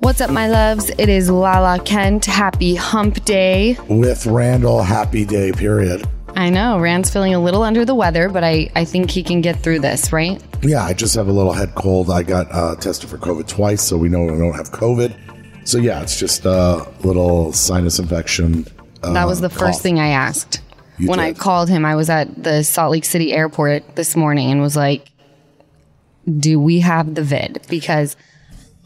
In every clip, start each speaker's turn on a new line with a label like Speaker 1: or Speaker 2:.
Speaker 1: What's up, my loves? It is Lala Kent. Happy hump day.
Speaker 2: with Randall Happy Day, period.
Speaker 1: I know, Rand's feeling a little under the weather, but I, I think he can get through this, right?
Speaker 2: Yeah, I just have a little head cold. I got uh, tested for COVID twice, so we know I don't have COVID. So yeah, it's just a little sinus infection. Uh,
Speaker 1: That was the first
Speaker 2: cough.
Speaker 1: thing I asked.
Speaker 2: You
Speaker 1: when I
Speaker 2: did.
Speaker 1: called him, I was at the Salt Lake City airport this morning and was like, Do we have the vid? Because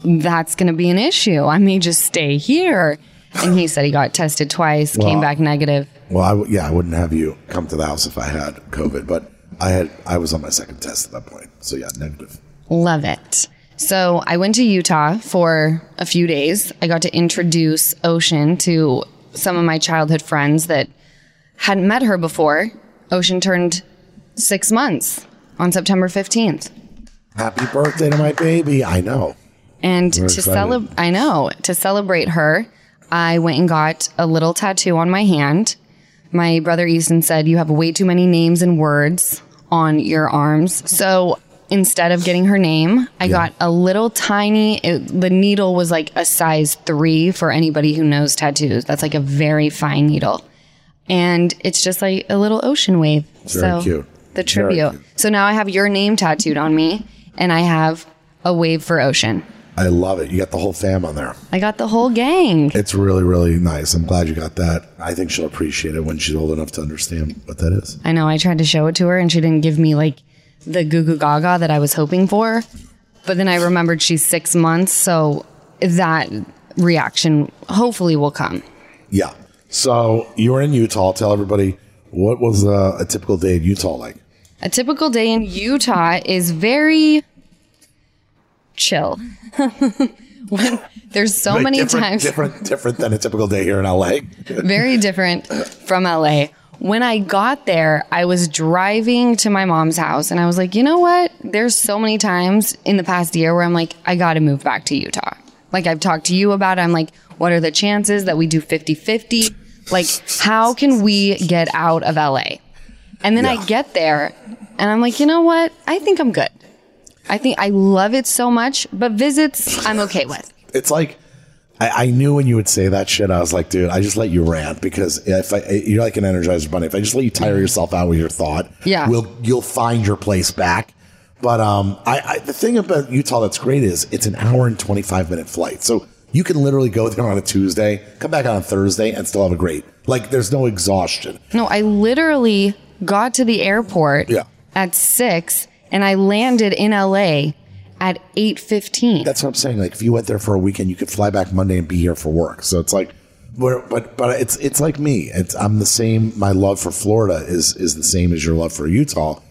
Speaker 1: that's going to be an issue. I may just stay here. And he said he got tested twice, came back negative.
Speaker 2: Well, I w- yeah, I wouldn't have you come to the house if I had COVID, but I had I was on my second test at that point. So yeah, negative.
Speaker 1: Love it. So I went to Utah for a few days. I got to introduce Ocean to some of my childhood friends that hadn't met her before. Ocean turned six months on September 15th.
Speaker 2: Happy birthday to my baby. I know.
Speaker 1: And
Speaker 2: We're
Speaker 1: to
Speaker 2: excited.
Speaker 1: celebrate, I know, to celebrate her, I went and got a little tattoo on my hand. My brother Easton said, You have way too many names and words on your arms. So instead of getting her name, I got a little tiny, it, the needle was like a size three for anybody who knows tattoos. That's like a very fine needle. And it's just like a little ocean wave.
Speaker 2: Very
Speaker 1: so
Speaker 2: cute.
Speaker 1: the
Speaker 2: Very
Speaker 1: tribute.
Speaker 2: cute.
Speaker 1: So now I have your name tattooed on me, and I have a wave for ocean.
Speaker 2: I love it. You got the whole fam on there.
Speaker 1: I got the whole gang.
Speaker 2: It's really, really nice. I'm glad you got that. I think she'll appreciate it when she's old enough to understand what that is.
Speaker 1: I know I tried to show it to her and she didn't give me like the goo goo gaga that I was hoping for. But then I remembered she's six months, so that reaction hopefully will come.
Speaker 2: Yeah. So you were in Utah. Tell everybody what was uh, a, a typical day in Utah like?
Speaker 1: A typical day in Utah is very chill. When- there's so
Speaker 2: Like,
Speaker 1: many
Speaker 2: different,
Speaker 1: times
Speaker 2: different, different than a typical day here in LA.
Speaker 1: very different from LA. When I got there, I was driving to my mom's house and I was like, you know what? There's so many times in the past year where I'm like, I got to move back to Utah. Like, I've talked to you about it. I'm like, what are the chances that we do 50 50? Like, how can we get out of LA? And then
Speaker 2: Yeah.
Speaker 1: I get there and I'm like, you know what? I think I'm good. I think I love it so much, but visits I'm okay with.
Speaker 2: It's like I, I knew when you would say that shit. I was like, dude, I just let you rant because if I, you're like an energizer bunny, if I just let you tire yourself out with your thought,
Speaker 1: Yeah.
Speaker 2: we'll you'll find your place back. But um, I, I the thing about Utah that's great is it's an hour and twenty five minute flight, so you can literally go there on a Tuesday, come back on a Thursday, and still have a great. Like, there's no exhaustion.
Speaker 1: No, I literally got to the airport
Speaker 2: Yeah.
Speaker 1: at six and I landed in LA at eight fifteen.
Speaker 2: That's what I'm saying. Like if you went there for a weekend, you could fly back Monday and be here for work. So it's like, but but, but it's it's like me. It's I'm the same. My love for Florida is is the same as your love for Utah,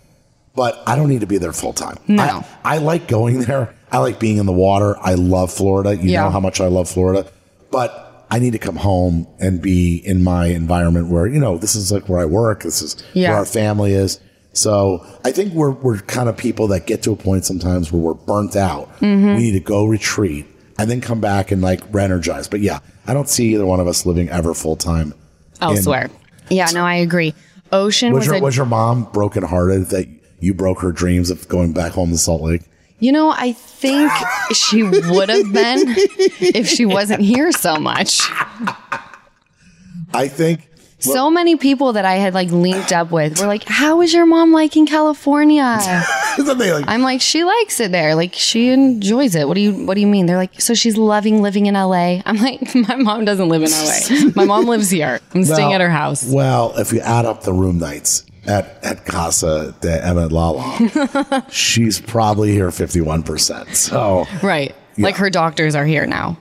Speaker 2: but I don't need to be there full time.
Speaker 1: No.
Speaker 2: I, I like going there. I like being in the water. I love Florida. You
Speaker 1: Yeah.
Speaker 2: know how much I love Florida, but. I need to come home and be in my environment where, you know, this is like where I work. This is
Speaker 1: Yeah.
Speaker 2: where our family is. So I think we're we're kind of people that get to a point sometimes where we're burnt out.
Speaker 1: Mm-hmm.
Speaker 2: We need to go retreat and then come back and like re-energize. But yeah, I don't see either one of us living ever full time
Speaker 1: Elsewhere. Oh, yeah, no, I agree. Ocean was,
Speaker 2: Was your
Speaker 1: a,
Speaker 2: was your mom brokenhearted that you broke her dreams of going back home to Salt Lake?
Speaker 1: you know, I think she would have been if she wasn't here so much.
Speaker 2: I think
Speaker 1: so many people that I had like linked up with were like, How is your mom liking California?
Speaker 2: Isn't they like
Speaker 1: I'm like, she likes it there. Like she enjoys it. What do you what do you mean? They're like, so she's loving living in LA. I'm like, my mom doesn't live in LA. My mom lives here. I'm staying
Speaker 2: Well-
Speaker 1: at her house.
Speaker 2: Well, if you add up the room nights at at Casa de Emma Lala, she's probably here fifty one percent. So
Speaker 1: Right. Like her doctors are here now.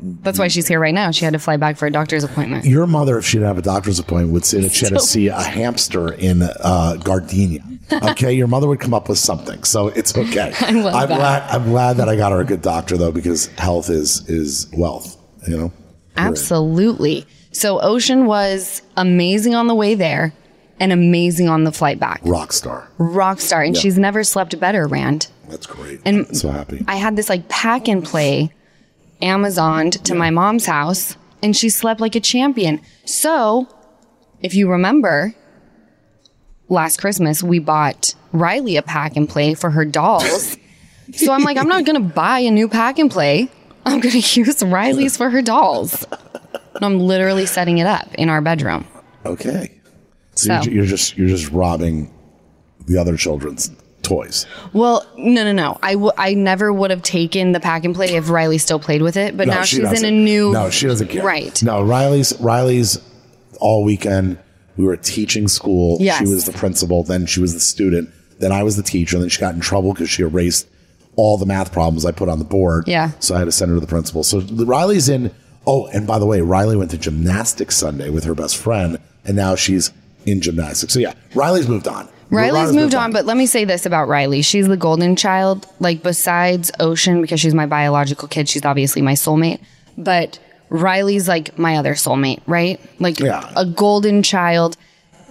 Speaker 1: That's why she's here right now. She had to fly back for a doctor's appointment.
Speaker 2: Your mother, if she didn't have a doctor's appointment, would say that she had to see a hamster in uh, gardenia. okay, your mother would come up with something, so it's okay. I
Speaker 1: love that.
Speaker 2: am glad. I'm glad that I got her a good doctor though, because health is is wealth. You know.
Speaker 1: Absolutely. So Ocean was amazing on the way there and amazing on the flight back.
Speaker 2: Rock star.
Speaker 1: Rock star. And she's never slept better, Rand.
Speaker 2: That's great.
Speaker 1: And-
Speaker 2: I'm so happy.
Speaker 1: I had this like pack and play Amazoned to my mom's house and she slept like a champion. So, if you remember, last Christmas we bought Riley a pack and play for her dolls. so I'm like, I'm not going to buy a new pack and play. I'm going to use Riley's for her dolls. And I'm literally setting it up in our bedroom.
Speaker 2: okay. So, you're
Speaker 1: So-
Speaker 2: ju- you're just you're just robbing the other children's toys.
Speaker 1: Well, no, no, no. I, w- I never would have taken the pack and play if Riley still played with it, but now
Speaker 2: she
Speaker 1: she's in a
Speaker 2: doesn't.
Speaker 1: new.
Speaker 2: No, she doesn't care.
Speaker 1: Right.
Speaker 2: No, Riley's Riley's all weekend. We were teaching school.
Speaker 1: Yes.
Speaker 2: She was the principal. Then she was the student. Then I was the teacher. Then she got in trouble because she erased all the math problems I put on the board.
Speaker 1: Yeah.
Speaker 2: So I had to send her to the principal. So Riley's in. Oh, and by the way, Riley went to gymnastics Sunday with her best friend, and now she's in gymnastics. So yeah, Riley's moved on.
Speaker 1: Riley's, moved, on, but let me say this about Riley. She's the golden child. Like, besides Ocean, because she's my biological kid, she's obviously my soulmate. But Riley's like my other soulmate, right? Like,
Speaker 2: Yeah.
Speaker 1: a golden child.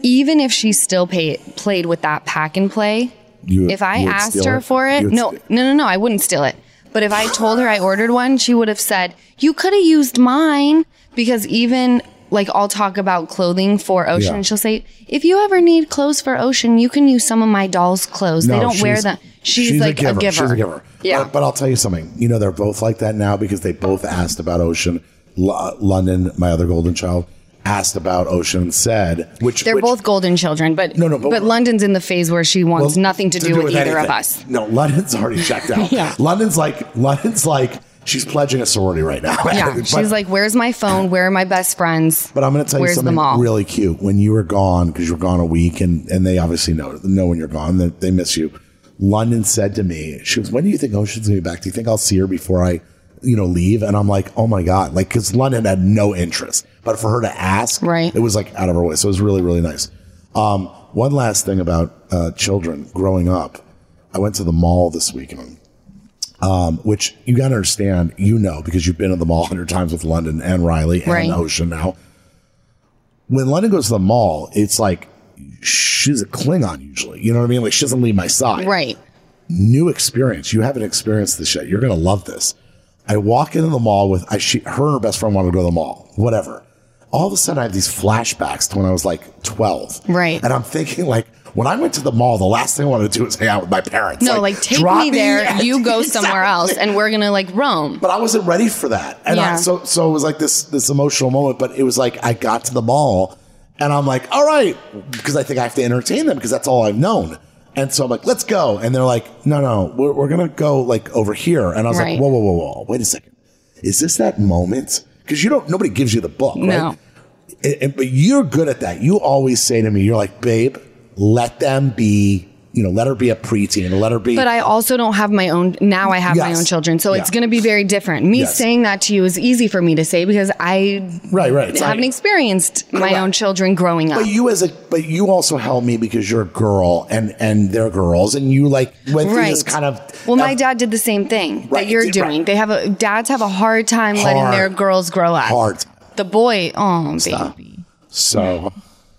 Speaker 1: Even if she still pay, played with that pack and play,
Speaker 2: You-
Speaker 1: if I
Speaker 2: you would
Speaker 1: asked
Speaker 2: steal
Speaker 1: her
Speaker 2: it?
Speaker 1: for it,
Speaker 2: You would
Speaker 1: no,
Speaker 2: steal-
Speaker 1: no, no, no, I wouldn't steal it. But if I told her I ordered one, she would have said, "You could have used mine." Because even like I'll talk about clothing for Ocean,
Speaker 2: Yeah.
Speaker 1: and she'll say, "If you ever need clothes for Ocean, you can use some of my doll's clothes. they
Speaker 2: No,
Speaker 1: don't wear
Speaker 2: she's-
Speaker 1: them." She's, like a giver.
Speaker 2: She's a giver.
Speaker 1: Yeah.
Speaker 2: But, but I'll tell you something. You know, they're both like that now because they both asked about Ocean. L- London, my other golden child, asked about Ocean and said, which
Speaker 1: They're
Speaker 2: which-
Speaker 1: both golden children, but
Speaker 2: No, no,
Speaker 1: but,
Speaker 2: but-
Speaker 1: London's in the phase where she wants
Speaker 2: well,
Speaker 1: nothing to, do, with, either of
Speaker 2: anything.
Speaker 1: us.
Speaker 2: No, London's already checked out.
Speaker 1: Yeah.
Speaker 2: London's like London's like she's pledging a sorority right now.
Speaker 1: Yeah,
Speaker 2: But-
Speaker 1: she's like, "Where's my phone? Where are my best friends?"
Speaker 2: But I'm going to tell you
Speaker 1: Where's the
Speaker 2: something
Speaker 1: mall?
Speaker 2: really cute. When you were gone, because you were gone a week, and, and they obviously know know when you're gone, they, they miss you. London said to me, she goes, "When do you think Ocean's going to be back? Do you think I'll see her before I, you know, leave?" And I'm like, "Oh my god!" Like, because London had no interest, but for her to ask,
Speaker 1: Right.
Speaker 2: It was like out of her way, so it was really really nice. Um, one last thing about uh, children growing up, I went to the mall this weekend um, which you got to understand, you know, because you've been to the mall a hundred times with London and Riley and
Speaker 1: Right.
Speaker 2: Ocean now. When London goes to the mall, it's like she's a Klingon usually. You know what I mean? Like she doesn't leave my side.
Speaker 1: right.
Speaker 2: New experience. You haven't experienced this yet. You're gonna love this. I walk into the mall with I she, her and her best friend wanted to go to the mall. Whatever. All of a sudden, I have these flashbacks to when I was like 12.
Speaker 1: Right.
Speaker 2: And I'm thinking, like, when I went to the mall, the last thing I wanted to do was hang out with my parents.
Speaker 1: No, like, take
Speaker 2: drop
Speaker 1: me there.
Speaker 2: at-
Speaker 1: You go somewhere else, and we're gonna like roam.
Speaker 2: but I wasn't ready for that. And
Speaker 1: Yeah.
Speaker 2: I, so so it was like this this emotional moment, but it was like I got to the mall and I'm like, all right, because I think I have to entertain them because that's all I've known. And so I'm like, let's go. And they're like, no, no, we're, we're going to go like over here. And I was
Speaker 1: Right.
Speaker 2: like, whoa, whoa, whoa, whoa, wait a second. Is this that moment? Because you don't, nobody gives you the book,
Speaker 1: No.
Speaker 2: right? And, and- but you're good at that. You always say to me, you're like, babe, let them be, you know, let her be a preteen, let her be.
Speaker 1: But I also don't have my own. Now I have my
Speaker 2: Yes.
Speaker 1: own children, so it's
Speaker 2: Yeah.
Speaker 1: going to be very different. Me
Speaker 2: Yes.
Speaker 1: saying that to you is easy for me to say because I
Speaker 2: right, right. It's
Speaker 1: haven't
Speaker 2: like-
Speaker 1: experienced my own children growing up.
Speaker 2: But you as a but you also help me because you're a girl and and they're girls and you like went through this
Speaker 1: Right.
Speaker 2: kind of
Speaker 1: well, my
Speaker 2: uh,
Speaker 1: dad did the same thing
Speaker 2: Right,
Speaker 1: that you're
Speaker 2: right.
Speaker 1: doing. They have a dads have a hard time letting
Speaker 2: Hard.
Speaker 1: their girls grow up.
Speaker 2: hard.
Speaker 1: The boy, oh baby,
Speaker 2: So,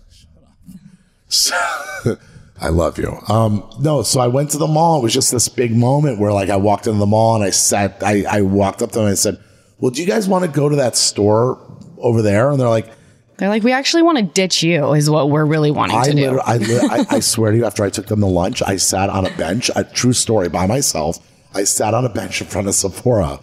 Speaker 2: so I love you. Um, no, so I went to the mall. It was just this big moment where like I walked into the mall and I sat. I I walked up to them and I said, "Well, do you guys want to go to that store over there?" And they're like,
Speaker 1: they're like, we actually want to ditch you, is what we're really wanting
Speaker 2: I,
Speaker 1: to do.
Speaker 2: literally, I, li- I, I swear to you, after I took them to lunch, I sat on a bench, a true story by myself. I sat on a bench in front of Sephora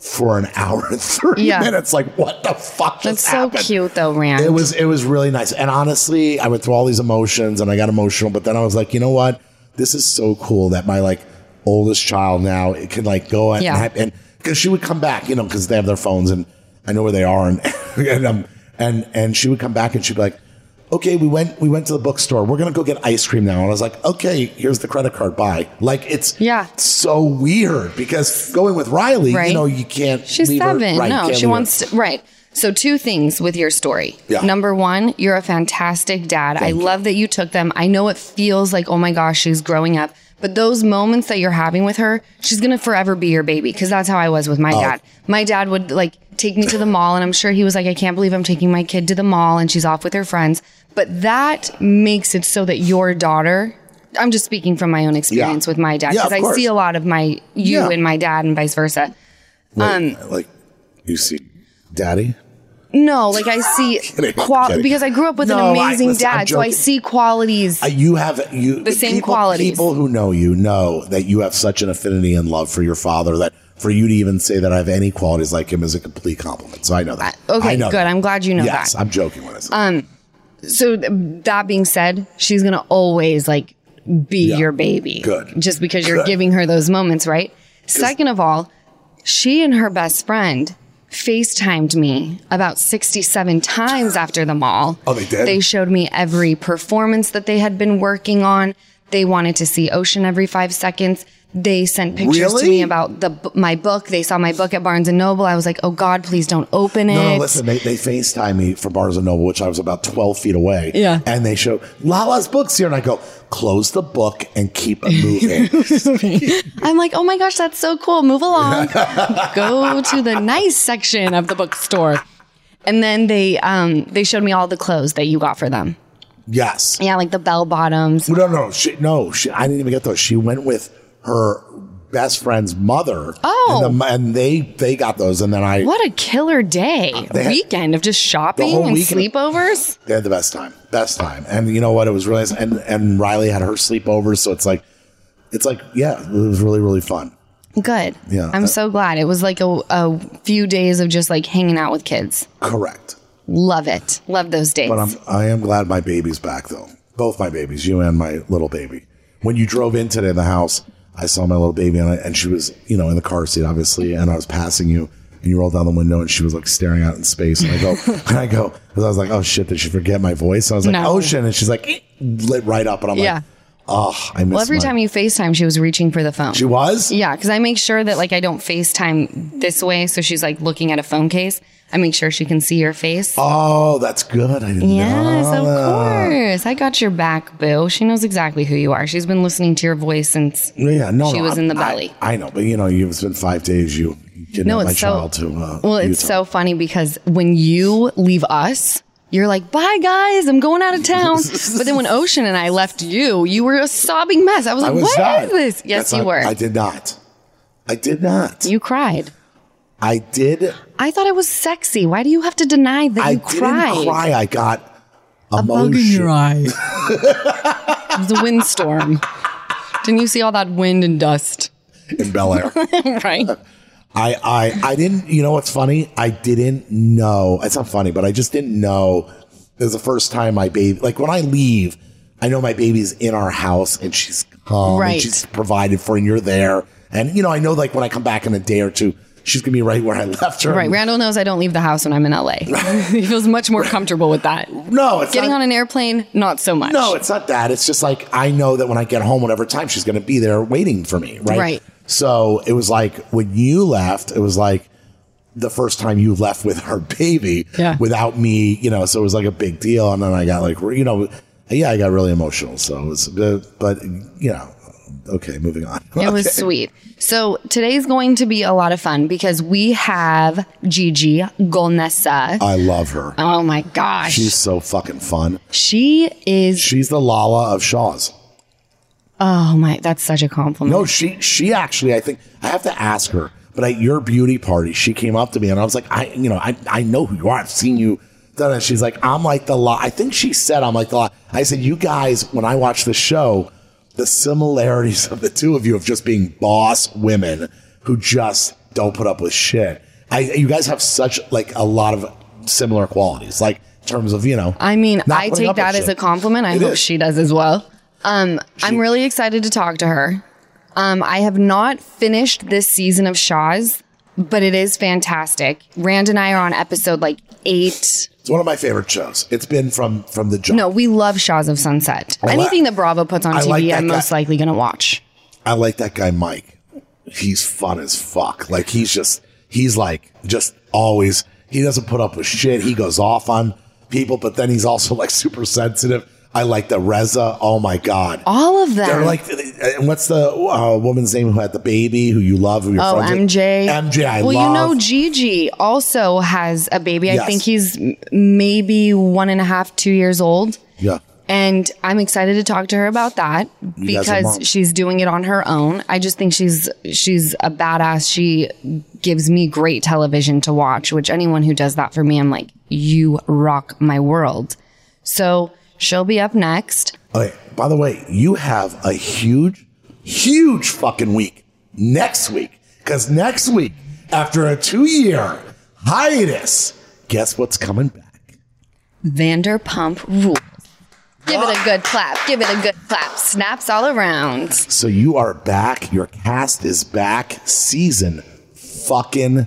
Speaker 2: for an hour and 30
Speaker 1: Yeah.
Speaker 2: minutes. Like, what the fuck
Speaker 1: That's
Speaker 2: just
Speaker 1: so
Speaker 2: happened?
Speaker 1: cute, though, Rand.
Speaker 2: It was, it was really nice. And honestly, I went through all these emotions and I got emotional, but then I was like, you know what? This is so cool that my like oldest child now, it can like go and,
Speaker 1: Yeah.
Speaker 2: and because she would come back, you know, because they have their phones and I know where they are, and and um, and and she would come back and she'd be like, "Okay, we went we went to the bookstore. We're gonna go get ice cream now." And I was like, "Okay, here's the credit card. Bye." Like it's
Speaker 1: Yeah.
Speaker 2: so weird because going with Riley,
Speaker 1: Right.
Speaker 2: you know, you can't.
Speaker 1: She's
Speaker 2: leave her-
Speaker 1: seven.
Speaker 2: right,
Speaker 1: no,
Speaker 2: can't
Speaker 1: she
Speaker 2: leave her.
Speaker 1: wants to, right. So, two things with your story.
Speaker 2: Yeah.
Speaker 1: Number one, you're a fantastic dad. I love that you took them. I know it feels like, oh my gosh, she's growing up. But those moments that you're having with her, she's going to forever be your baby because that's how I was with my
Speaker 2: Oh.
Speaker 1: dad. My dad would like take me to the mall, and I'm sure he was like, I can't believe I'm taking my kid to the mall and she's off with her friends. But that makes it so that your daughter, I'm just speaking from my own experience with my dad
Speaker 2: Yeah,
Speaker 1: because
Speaker 2: of
Speaker 1: I
Speaker 2: course.
Speaker 1: see a lot of my you
Speaker 2: Yeah.
Speaker 1: and my dad and vice versa. Um,
Speaker 2: Like, like you see, daddy.
Speaker 1: No, like I see
Speaker 2: kidding, I'm
Speaker 1: qual-
Speaker 2: kidding.
Speaker 1: because I grew up with
Speaker 2: No, I-
Speaker 1: an amazing
Speaker 2: listen, I'm
Speaker 1: dad, so I
Speaker 2: joking.
Speaker 1: see qualities.
Speaker 2: Uh, You have you the
Speaker 1: same
Speaker 2: people,
Speaker 1: qualities.
Speaker 2: People who know you know that you have such an affinity and love for your father that for you to even say that I have any qualities like him is a complete compliment. So I know that. I
Speaker 1: Uh, okay,
Speaker 2: know
Speaker 1: good. I'm glad you know
Speaker 2: yes,
Speaker 1: that. Um,
Speaker 2: I'm joking when I say
Speaker 1: so th- that being said, she's gonna always like be
Speaker 2: Yeah.
Speaker 1: your baby,
Speaker 2: Good.
Speaker 1: Just because you're
Speaker 2: Good.
Speaker 1: giving her those moments, right? Second of all, she and her best friend FaceTimed me about 67 times after the mall.
Speaker 2: Oh, they did?
Speaker 1: They showed me every performance that they had been working on. They wanted to see Ocean every five seconds. They sent pictures to
Speaker 2: Really?
Speaker 1: me about the b- my book. They saw my book at Barnes and Noble. I was like, "Oh God, please don't open it."
Speaker 2: No, no, listen, they, they FaceTime me for Barnes and Noble, which I was about 12 feet away.
Speaker 1: Yeah.
Speaker 2: And they show Lala's books here. And I go, close the book and keep it moving.
Speaker 1: I'm like, oh my gosh, that's so cool. Move along. Go to the nice section of the bookstore. And then they um they showed me all the clothes that you got for them.
Speaker 2: yes.
Speaker 1: Yeah, like the bell bottoms.
Speaker 2: No, no, she, no. She, I didn't even get those. She went with her best friend's mother.
Speaker 1: Oh.
Speaker 2: And, the, and they, they got those. And then I,
Speaker 1: What a killer day.
Speaker 2: They had-
Speaker 1: weekend of just shopping
Speaker 2: whole
Speaker 1: and
Speaker 2: weekend.
Speaker 1: sleepovers.
Speaker 2: They had the best time, best time, and you know what? It was really nice. And and Riley had her sleepovers, so it's like, it's like, yeah, it was really really fun.
Speaker 1: Good.
Speaker 2: Yeah,
Speaker 1: I'm
Speaker 2: that-
Speaker 1: so glad. It was like a, a few days of just like hanging out with kids.
Speaker 2: Correct.
Speaker 1: Love it. Love those days.
Speaker 2: But I'm I am glad my baby's back though. Both my babies, you and my little baby. When you drove in today in the house, I saw my little baby and, I, and she was you know in the car seat obviously, and I was passing you. And you rolled down the window, and she was like staring out in space. And I go, and I go, because I was like, "Oh shit, did she forget my voice?" And I was like,
Speaker 1: No.
Speaker 2: "Ocean," and she's like, "Eh," lit right up, and I'm
Speaker 1: Yeah.
Speaker 2: like, "Oh, I miss."
Speaker 1: well, every
Speaker 2: my-"
Speaker 1: time you FaceTime, she was reaching for the phone.
Speaker 2: she was,
Speaker 1: Yeah, because I make sure that like I don't FaceTime this way, so she's like looking at a phone case. I make sure she can see your face.
Speaker 2: Oh, that's good. I didn't
Speaker 1: yes,
Speaker 2: know.
Speaker 1: of
Speaker 2: that.
Speaker 1: course. I got your back, Boo. She knows exactly who you are. She's been listening to your voice since.
Speaker 2: Yeah, no,
Speaker 1: She
Speaker 2: no,
Speaker 1: was
Speaker 2: I-
Speaker 1: in the
Speaker 2: I-
Speaker 1: belly.
Speaker 2: I, know, but you know, you've spent five days. You kidnapped
Speaker 1: No,
Speaker 2: my
Speaker 1: it's so.
Speaker 2: child to. Uh,
Speaker 1: well, it's
Speaker 2: Utah.
Speaker 1: so funny because when you leave us. You're like, bye guys, I'm going out of town. but then when Ocean and I left you, you were a sobbing mess. I was
Speaker 2: I
Speaker 1: like,
Speaker 2: was
Speaker 1: "What is
Speaker 2: not.
Speaker 1: this? Yes,
Speaker 2: That's
Speaker 1: you
Speaker 2: not-
Speaker 1: were.
Speaker 2: I did not. I did not.
Speaker 1: you cried.
Speaker 2: I did.
Speaker 1: I thought it was sexy. Why do you have to deny that
Speaker 2: I
Speaker 1: you
Speaker 2: didn't
Speaker 1: cried?
Speaker 2: cry. I got
Speaker 3: Bug in your
Speaker 2: emotion.
Speaker 3: eye.
Speaker 1: It was a windstorm. Didn't you see all that wind and dust?
Speaker 2: in Bel Air.
Speaker 1: Right?
Speaker 2: I, I, I didn't, you know what's funny? I didn't know. It's not funny, but I just didn't know. It was the first time my baby, like when I leave, I know my baby's in our house and she's calm
Speaker 1: Right.
Speaker 2: and she's provided for and you're there. And, you know, I know like when I come back in a day or two, she's going to be right where I left her.
Speaker 1: Right. Randall knows I don't leave the house when I'm in LA. he feels much more comfortable with that.
Speaker 2: No, it's
Speaker 1: Getting
Speaker 2: not,
Speaker 1: on an airplane, not so much.
Speaker 2: No, it's not that. It's just like I know that when I get home, whatever time she's going to be there waiting for me, right?
Speaker 1: Right.
Speaker 2: So it was like when you left, it was like the first time you left with her baby
Speaker 3: Yeah.
Speaker 2: without me, you know. So it was like a big deal, and then I got like, you know, yeah, I got really emotional. So it was, good, but you know, okay, moving on.
Speaker 1: It was sweet. So today's going to be a lot of fun because we have Gigi Golnessa.
Speaker 2: I love her.
Speaker 1: oh my gosh.
Speaker 2: She's so fucking fun.
Speaker 1: She is,
Speaker 2: She's the Lala of Shaw's.
Speaker 1: oh my, that's such a compliment.
Speaker 2: No, she she actually I think I have to ask her. But at your beauty party, she came up to me and I was like, I you know I I know who you are. I've seen you. done it. She's like, I'm like the lot. I think she said I'm like the lot. I said, you guys, when I watch the show, the similarities of the two of you of just being boss women who just don't put up with shit. I you guys have such like a lot of similar qualities, like in terms of you know.
Speaker 1: I mean,
Speaker 2: not
Speaker 1: I
Speaker 2: putting
Speaker 1: take
Speaker 2: up with
Speaker 1: that as
Speaker 2: shit.
Speaker 1: a compliment. I
Speaker 2: It
Speaker 1: hope
Speaker 2: is.
Speaker 1: she does as well. Um, I'm really excited to talk to her. Um, I have not finished this season of Shaw's, but it is fantastic. Rand and I are on episode like eight.
Speaker 2: It's one of my favorite shows. It's been from from the jump.
Speaker 1: No, we love Shaw's of Sunset.
Speaker 2: Oh, I li-
Speaker 1: Anything that Bravo puts on
Speaker 2: I
Speaker 1: TV,
Speaker 2: like that
Speaker 1: I'm most
Speaker 2: guy.
Speaker 1: likely going to watch.
Speaker 2: I like that guy Mike. He's fun as fuck. Like he's just he's like just always He doesn't put up with shit. He goes off on people, but then he's also like super sensitive. I like the Reza. Oh my god.
Speaker 1: All of them.
Speaker 2: They're like, and what's the uh, woman's name who had the baby who you love? Who you're
Speaker 1: Oh,
Speaker 2: friends with?
Speaker 1: MJ.
Speaker 2: MJ, I
Speaker 1: well,
Speaker 2: love.
Speaker 1: you know, Gigi also has a baby. I
Speaker 2: Yes.
Speaker 1: think he's m- maybe one and a half, two years old.
Speaker 2: yeah.
Speaker 1: And I'm excited to talk to her about that
Speaker 2: You guys are
Speaker 1: because
Speaker 2: moms.
Speaker 1: she's doing it on her own. I just think she's she's a badass. She gives me great television to watch, which anyone who does that for me, I'm like, you rock my world. So she'll be up next.
Speaker 2: Okay. By the way, you have a huge, huge fucking week next week. Because next week, after a two year hiatus, guess what's coming back?
Speaker 1: Vanderpump Rules. Give it a good clap. Give it a good clap. Snaps all around.
Speaker 2: So you are back. Your cast is back. Season fucking.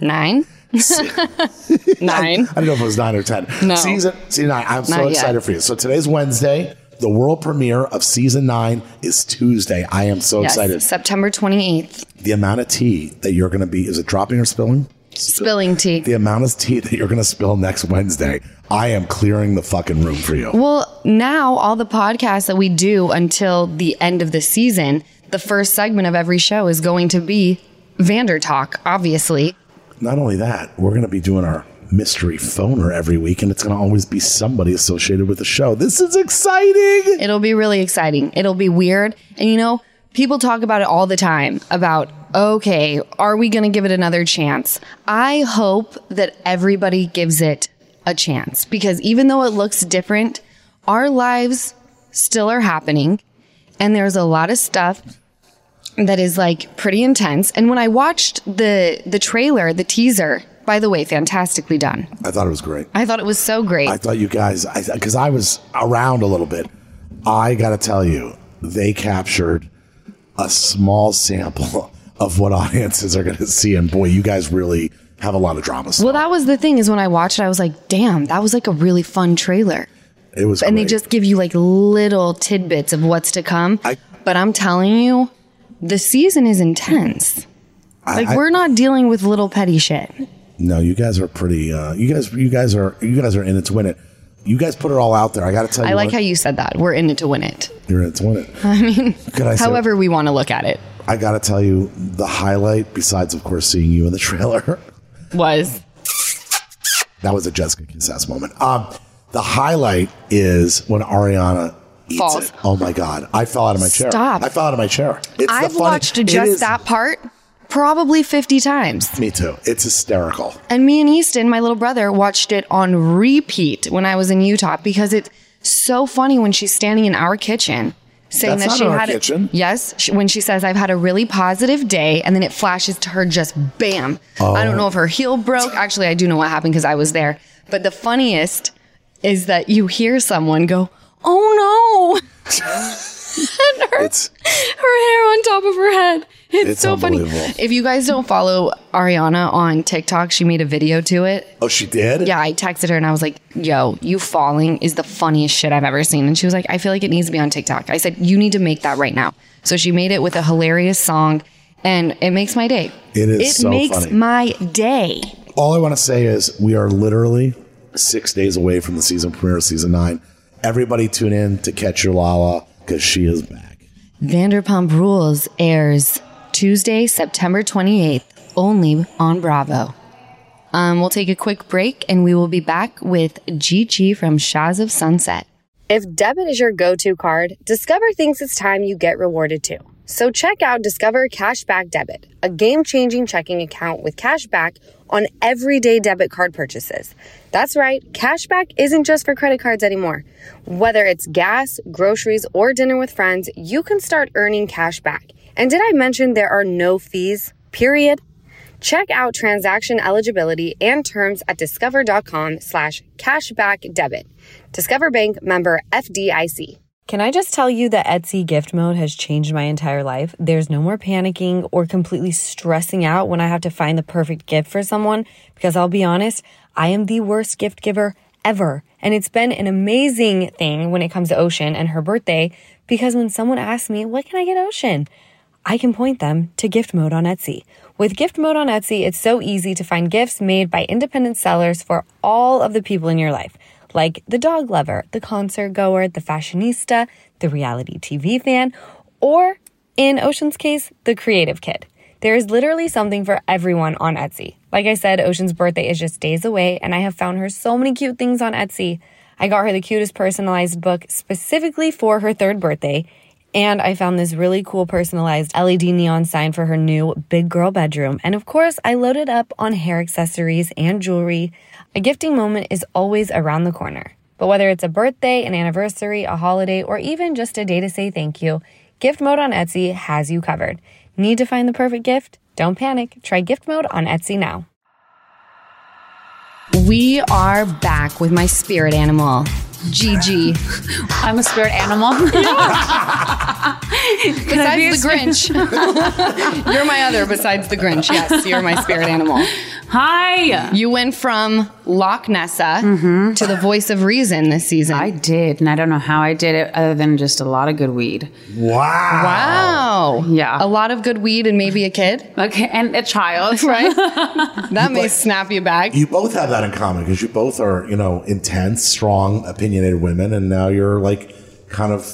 Speaker 1: Nine. Nine.
Speaker 2: I don't know if it was nine or ten.
Speaker 1: No.
Speaker 2: Season season nine. I'm so
Speaker 1: Not yet.
Speaker 2: excited for you. So today's Wednesday. The world premiere of season nine is Tuesday. I am so
Speaker 1: Yes,
Speaker 2: excited.
Speaker 1: September 28th.
Speaker 2: The amount of tea that you're going to be is it dropping or spilling?
Speaker 1: Spilling tea.
Speaker 2: the amount of tea that you're going to spill next Wednesday, I am clearing the fucking room for you.
Speaker 1: Well, now all the podcasts that we do until the end of the season, the first segment of every show is going to be Vander Talk, obviously.
Speaker 2: Not only that, we're going to be doing our mystery phoner every week, and it's going to always be somebody associated with the show. This is exciting.
Speaker 1: It'll be really exciting. It'll be weird. And you know, people talk about it all the time about, okay, are we going to give it another chance? I hope that everybody gives it a chance because even though it looks different, our lives still are happening. And there's a lot of stuff that is like pretty intense. And when I watched the the trailer, the teaser, by the way, fantastically done.
Speaker 2: I thought it was great.
Speaker 1: I thought it was so great.
Speaker 2: I thought you guys, because I, was around a little bit. I got to tell you, they captured a small sample of what audiences are going to see, and boy, you guys really have a lot of drama.
Speaker 1: well, that was the thing is when I watched it, I was like, damn, that was like a really fun trailer.
Speaker 2: it was,
Speaker 1: and they
Speaker 2: great.
Speaker 1: just give you like little tidbits of what's to come.
Speaker 2: I-
Speaker 1: but I'm telling you, the season is intense.
Speaker 2: I-
Speaker 1: Like
Speaker 2: I-
Speaker 1: we're not dealing with little petty shit.
Speaker 2: No, you guys are pretty. Uh, you guys, you guys are, you guys are in it to win it. You guys put it all out there. I got to tell you,
Speaker 1: I like
Speaker 2: what,
Speaker 1: how you said that. We're in it to win it.
Speaker 2: you're in it to win it. I mean, Could I say-
Speaker 1: However, we want to look at it.
Speaker 2: I got to tell you the highlight. Besides, of course, seeing you in the trailer.
Speaker 1: Was
Speaker 2: that was a Jessica Kinsas moment. Um, the highlight is when Ariana eats
Speaker 1: Falls.
Speaker 2: it. Oh my god, I fell out of my chair.
Speaker 1: Stop.
Speaker 2: I fell out of my chair. It's the
Speaker 1: I've
Speaker 2: funny-
Speaker 1: watched
Speaker 2: it
Speaker 1: just
Speaker 2: is-
Speaker 1: that part probably 50 times.
Speaker 2: Me too. It's hysterical.
Speaker 1: And me and Easton, my little brother, watched it on repeat when I was in Utah because it's so funny when she's standing in our kitchen saying
Speaker 2: That's
Speaker 1: that
Speaker 2: not
Speaker 1: she
Speaker 2: in our
Speaker 1: had a-
Speaker 2: kitchen.
Speaker 1: yes, she, when she says I've had a really positive day, and then it flashes to her just bam. I
Speaker 2: Oh.
Speaker 1: don't know if her heel broke. Actually, I do know what happened because I was there. But the funniest is that you hear someone go, "Oh no." and her,
Speaker 2: It's
Speaker 1: her hair on top of her head. It's,
Speaker 2: It's
Speaker 1: so funny.
Speaker 2: unbelievable.
Speaker 1: If you guys don't follow Ariana on TikTok, she made a video to it.
Speaker 2: oh, she did.
Speaker 1: Yeah, I texted her and I was like, yo, you falling is the funniest shit I've ever seen. And she was like, I feel like it needs to be on TikTok. I said, you need to make that right now. So she made it with a hilarious song and it makes my day.
Speaker 2: It is
Speaker 1: It
Speaker 2: so
Speaker 1: makes
Speaker 2: funny.
Speaker 1: my day.
Speaker 2: all I want to say is we are literally six days away from the season premiere of season nine. Everybody tune in to catch your Lala because she is back.
Speaker 1: Vanderpump Rules airs Tuesday, September 28th, only on Bravo. Um, we'll take a quick break and we will be back with Gigi from Shaz of Sunset. If debit is your go to card, Discover thinks it's time you get rewarded too. So check out Discover Cashback Debit, a game changing checking account with cashback on everyday debit card purchases. That's right, cashback isn't just for credit cards anymore. Whether it's gas, groceries, or dinner with friends, you can start earning cashback. And did I mention there are no fees? Period. Check out transaction eligibility and terms at discover.com slash cashback debit. Discover Bank member FDIC. Can I just tell you that Etsy gift mode has changed my entire life? There's no more panicking or completely stressing out when I have to find the perfect gift for someone because I'll be honest, I am the worst gift giver ever. And it's been an amazing thing when it comes to Ocean and her birthday because when someone asks me, what can I get Ocean? I can point them to gift mode on Etsy. With gift mode on Etsy, it's so easy to find gifts made by independent sellers for all of the people in your life, like the dog lover, the concert goer, the fashionista, the reality TV fan, or in Ocean's case, the creative kid. There is literally something for everyone on Etsy. Like I said, Ocean's birthday is just days away, and I have found her so many cute things on Etsy. I got her the cutest personalized book specifically for her third birthday, and I found this really cool personalized LED neon sign for her new big girl bedroom. And of course, I loaded up on hair accessories and jewelry. A gifting moment is always around the corner. But whether it's a birthday, an anniversary, a holiday, or even just a day to say thank you, Gift Mode on Etsy has you covered. Need to find the perfect gift? Don't panic. Try Gift Mode on Etsy now.
Speaker 4: We are back with my spirit animal, Gigi.
Speaker 5: I'm a spirit animal. I be a
Speaker 4: Besides the Grinch. you're my other besides the Grinch. Yes, you're my spirit animal.
Speaker 5: Hi.
Speaker 4: You went from Loch Nessa to the voice of reason this season.
Speaker 5: I did, and I don't know how I did it other than just a lot of good weed.
Speaker 2: Wow.
Speaker 4: wow.
Speaker 5: Yeah.
Speaker 4: A lot of good weed and maybe a kid,
Speaker 5: Okay, and a child.
Speaker 4: right? that may snap you back.
Speaker 2: You both have that in common because you both are, you know, intense, strong, opinionated women, and now you're like kind of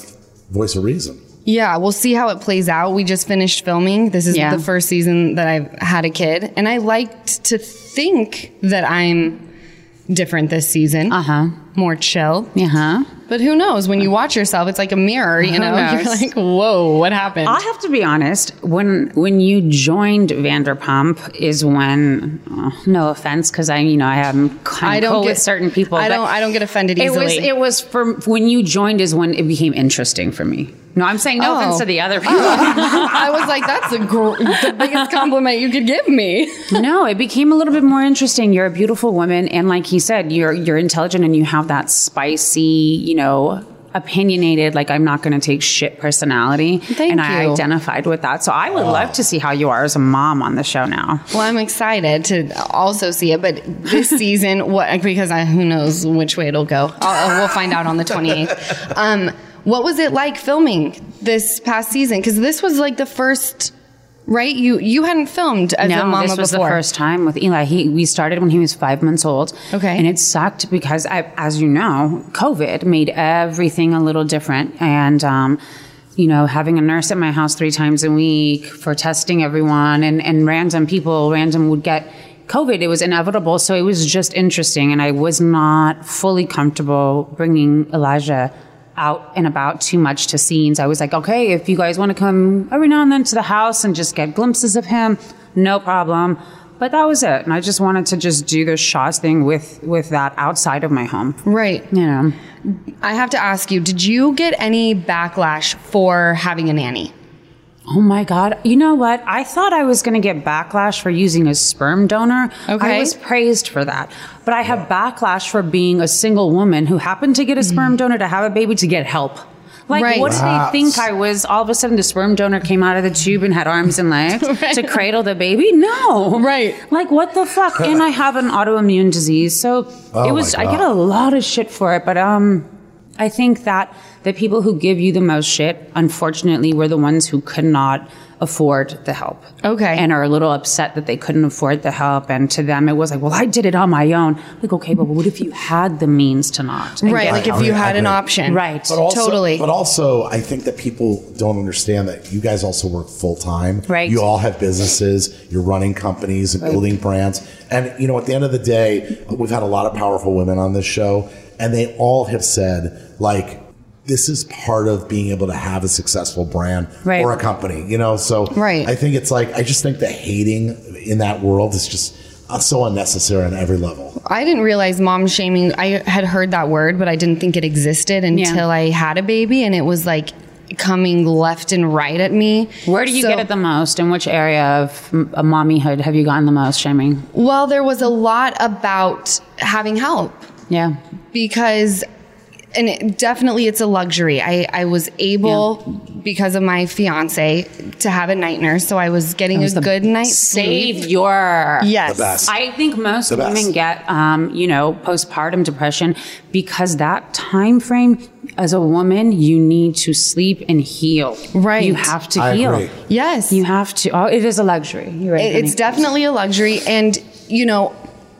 Speaker 2: voice of reason.
Speaker 4: Yeah, we'll see how it plays out. We just finished filming. This is
Speaker 5: Yeah.
Speaker 4: the first season that I've had a kid, and I liked to think that I'm different this season. Uh
Speaker 5: Uh-huh.
Speaker 4: More chill.
Speaker 5: Uh huh.
Speaker 4: But who knows? When you watch yourself, it's like a mirror, you
Speaker 5: Who
Speaker 4: know? You're
Speaker 5: knows?
Speaker 4: like, whoa, what happened?
Speaker 5: I'll have to be honest. When when you joined Vanderpump is when, uh, no offense, because I you know I am kind of cool with certain people.
Speaker 4: I
Speaker 5: but
Speaker 4: don't. I don't get offended
Speaker 5: It
Speaker 4: easily.
Speaker 5: was it was from when you joined is when it became interesting for me. No, I'm saying no
Speaker 4: Oh.
Speaker 5: offense to the other people.
Speaker 4: I was like, that's the, gr- the biggest compliment you could give me.
Speaker 5: no, it became a little bit more interesting. You're a beautiful woman, and like he said, you're you're intelligent, and you have that spicy, you know, opinionated, like I'm not going to take shit personality.
Speaker 4: Thank
Speaker 5: and I
Speaker 4: you.
Speaker 5: identified with that, so I would love to see how you are as a mom on the show now.
Speaker 4: Well, I'm excited to also see it, but this season, what because I, who knows which way it'll go. I'll, we'll find out on the 28th. Um, what was it like filming this past season? Because this was like the first, right? You you hadn't filmed as a mama
Speaker 5: this was
Speaker 4: before.
Speaker 5: the first time with Eli. He we started when he was five months old.
Speaker 4: Okay.
Speaker 5: and it sucked because, I, as you know, COVID made everything a little different, and um, you know, having a nurse at my house three times a week for testing everyone, and and random people, random would get. COVID, it was inevitable. So it was just interesting. And I was not fully comfortable bringing Elijah out and about too much to scenes. I was like, okay, if you guys want to come every now and then to the house and just get glimpses of him, no problem. But that was it, and I just wanted to just do the shots thing with with that outside of my home.
Speaker 4: Right.
Speaker 5: You know,
Speaker 4: I have to ask you, did you get any backlash for having a nanny?
Speaker 5: oh my god, you know what? I thought I was going to get backlash for using a sperm donor.
Speaker 4: Okay.
Speaker 5: I was praised for that, but I have backlash for being a single woman who happened to get a sperm donor to have a baby to get help. Like,
Speaker 4: Right.
Speaker 5: what do
Speaker 2: Wow.
Speaker 5: they think I was? All of a sudden, the sperm donor came out of the tube and had arms and legs to cradle the baby? No.
Speaker 4: Right.
Speaker 5: Like, what the fuck? and I have an autoimmune disease. So
Speaker 2: Oh
Speaker 5: it was,
Speaker 2: my
Speaker 5: I get
Speaker 2: God.
Speaker 5: a lot of shit for it, but, um, I think that the people who give you the most shit, unfortunately, were the ones who could not afford the help.
Speaker 4: Okay.
Speaker 5: And are a little upset that they couldn't afford the help. And to them, it was like, well, I did it on my own. Like, okay, but what if you had the means to not? And
Speaker 4: Right.
Speaker 5: get
Speaker 4: Like
Speaker 5: help?
Speaker 4: if you
Speaker 2: I
Speaker 4: had an
Speaker 2: agree.
Speaker 4: option.
Speaker 5: Right.
Speaker 2: But also,
Speaker 4: Totally.
Speaker 2: But also, I think that people don't understand that you guys also work full time.
Speaker 5: Right.
Speaker 2: You all have businesses. You're running companies and building brands. And you know, at the end of the day, we've had a lot of powerful women on this show, and they all have said like. This is part of being able to have a successful brand
Speaker 5: Right.
Speaker 2: or a company, you know. So
Speaker 4: Right.
Speaker 2: I think it's like I just think that hating in that world is just uh, so unnecessary on every level.
Speaker 4: I didn't realize mom shaming. I had heard that word, but I didn't think it existed until I had a baby, and it was like coming left and right at me.
Speaker 5: Where do you
Speaker 4: So-
Speaker 5: get it the most? In which area of m- uh, mommyhood have you gotten the most shaming?
Speaker 4: Well, there was a lot about having help
Speaker 5: Yeah.
Speaker 4: because, and it, definitely it's a luxury. I, I was able because of my fiance to have a night nurse, so I was getting a
Speaker 5: the
Speaker 4: good night's
Speaker 5: Save
Speaker 4: sleep.
Speaker 5: your.
Speaker 4: Yes.
Speaker 2: The best.
Speaker 5: I think most
Speaker 2: best.
Speaker 5: women get, um, you know, postpartum depression because that time frame. as a woman, you need to sleep and heal.
Speaker 1: Right.
Speaker 5: You have to
Speaker 2: I
Speaker 5: heal.
Speaker 2: agree.
Speaker 1: Yes.
Speaker 5: You have to. Oh, it is a luxury. You're right.
Speaker 1: It- it's
Speaker 5: honey.
Speaker 1: definitely a luxury and you know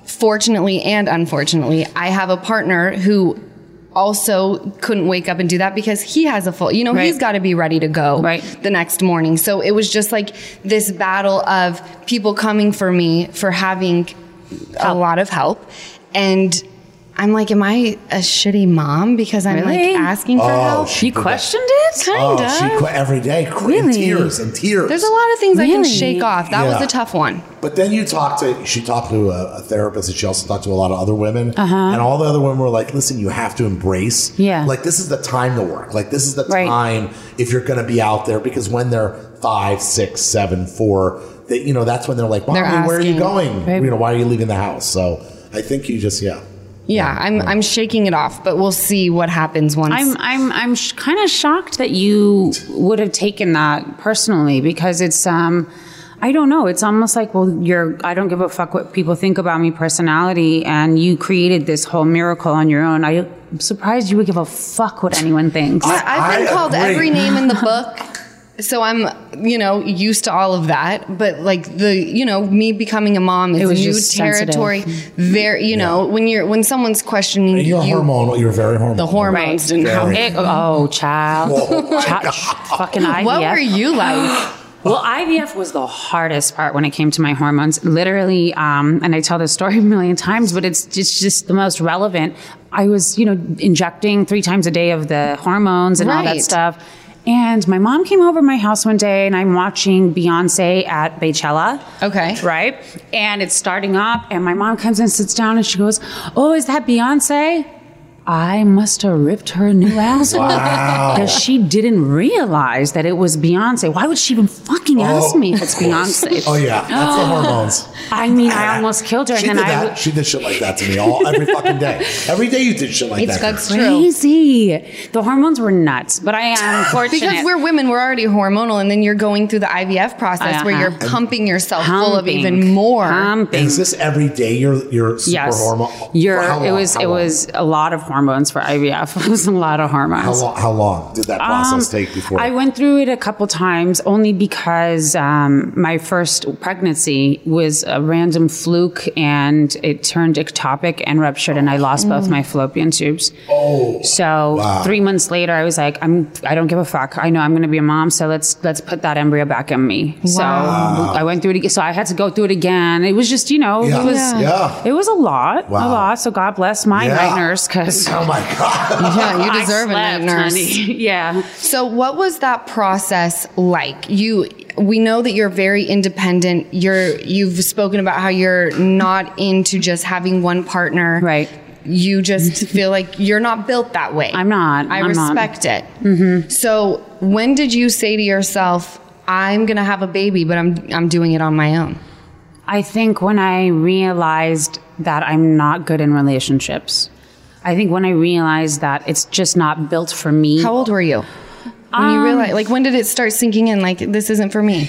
Speaker 1: fortunately and unfortunately i have a partner who also couldn't wake up and do that because he has a full you know he's got to be ready to go
Speaker 5: Right.
Speaker 1: the next morning so it was just like this battle of people coming for me for having a lot of help and i'm like am i a shitty mom because i'm
Speaker 5: Really?
Speaker 1: like asking for help
Speaker 5: You questioned it?
Speaker 2: Oh, she quit every day, cr- in
Speaker 5: Really?
Speaker 2: tears and tears.
Speaker 1: there's a lot of things i can
Speaker 5: Really?
Speaker 1: shake off that was
Speaker 2: Yeah.
Speaker 1: a tough one
Speaker 2: But then you talked to she talked to a, a therapist, and she also talked to a lot of other women,
Speaker 1: Uh-huh.
Speaker 2: and all the other women were like, "Listen, you have to embrace,
Speaker 5: Yeah.
Speaker 2: Like this is the time to work. Like this is the
Speaker 5: Right.
Speaker 2: time if you're going to be out there because when they're five, six, seven, four, that you know that's when they're like,
Speaker 1: They're
Speaker 2: "Mommy, where are you
Speaker 1: asking.
Speaker 2: going? You know, why are you leaving the house?" So I think you just yeah.
Speaker 1: Yeah, I'm I'm shaking it off, but we'll see what happens once.
Speaker 5: I'm I'm I'm sh- kind of shocked that you would have taken that personally because it's um I don't know it's almost like well you're I don't give a fuck what people think about me personality and you created this whole miracle on your own I'm surprised you would give a fuck what anyone thinks
Speaker 1: I've been
Speaker 2: I
Speaker 1: called
Speaker 2: agree.
Speaker 1: every name in the book. So I'm, you know, used to all of that, but like the, you know, me becoming a mom is
Speaker 5: was
Speaker 1: new
Speaker 5: just sensitive.
Speaker 1: territory. Very, you know, when you're when someone's questioning
Speaker 2: You're
Speaker 1: you,
Speaker 2: hormonal. You're very hormonal.
Speaker 1: the hormones didn't help.
Speaker 5: Eh, oh child, Child, fucking IVF
Speaker 1: What were you like?
Speaker 5: Well, IVF was the hardest part when it came to my hormones. Literally, um, and I tell this story a million times, but it's just, it's just the most relevant. I was, you know, injecting three times a day of the hormones and all that
Speaker 1: Right.
Speaker 5: stuff. And my mom came over to my house one day, and I'm watching Beyonce at Beychella.
Speaker 1: Okay.
Speaker 5: Right? And it's starting up, and my mom comes and sits down, and she goes, Oh, is that Beyonce? I must have ripped her a new ass because she didn't realize that it was Beyonce. Why would she even fucking ask
Speaker 2: Oh,
Speaker 5: me if it's
Speaker 2: of course.
Speaker 5: Beyonce?
Speaker 2: Oh yeah, that's the hormones.
Speaker 5: I mean, I almost killed her,
Speaker 2: She
Speaker 5: and
Speaker 2: did
Speaker 5: then I
Speaker 2: that. she did shit like that to me all every fucking day. Every day you did shit like
Speaker 1: It's
Speaker 2: that.
Speaker 1: that's true.
Speaker 5: crazy. The hormones were nuts, but I am fortunate
Speaker 1: Because we're women, we're already hormonal, and then you're going through the IVF process where
Speaker 5: Uh-huh.
Speaker 1: you're pumping yourself full of
Speaker 5: Humping.
Speaker 1: even more.
Speaker 5: Humping.
Speaker 2: Is this every day your your super
Speaker 5: Yes,
Speaker 2: hormone?
Speaker 5: You're-
Speaker 2: For how
Speaker 5: it
Speaker 2: long?
Speaker 5: was
Speaker 2: How
Speaker 5: it
Speaker 2: long?
Speaker 5: was a lot of hormones for IVF. It was a lot of hormones.
Speaker 2: How long, how long did that process take before?
Speaker 5: Um, I went through it a couple times only because um, my first pregnancy was a random fluke and it turned ectopic and ruptured, and I lost both my fallopian tubes. Oh, so three months later, I was like, I'm I don't give a fuck. I know I'm going to be a mom, so let's let's put that embryo back in me. So I went through it. ag- So I had to go through it again. It was just you know
Speaker 2: yeah.
Speaker 5: it was
Speaker 2: yeah.
Speaker 5: it was a lot, a
Speaker 2: Wow.
Speaker 5: lot. So God bless my
Speaker 2: Yeah.
Speaker 5: night nurse because.
Speaker 2: Oh my god.
Speaker 1: Yeah, you deserve it, night nurse.
Speaker 5: yeah.
Speaker 1: So what was that process like? You we know that you're very independent. You're you've spoken about how you're not into just having one partner.
Speaker 5: Right.
Speaker 1: You just feel like you're not built that way.
Speaker 5: I'm not.
Speaker 1: I
Speaker 5: I'm not. Mm-hmm.
Speaker 1: respect it. So when did you say to yourself, I'm gonna have a baby, but I'm I'm doing it on my own?
Speaker 5: I think when I realized that I'm not good in relationships, I think when I realized that it's just not built for me.
Speaker 1: How old were
Speaker 5: Um,
Speaker 1: you? When you realized like when did it start sinking in like this isn't for me?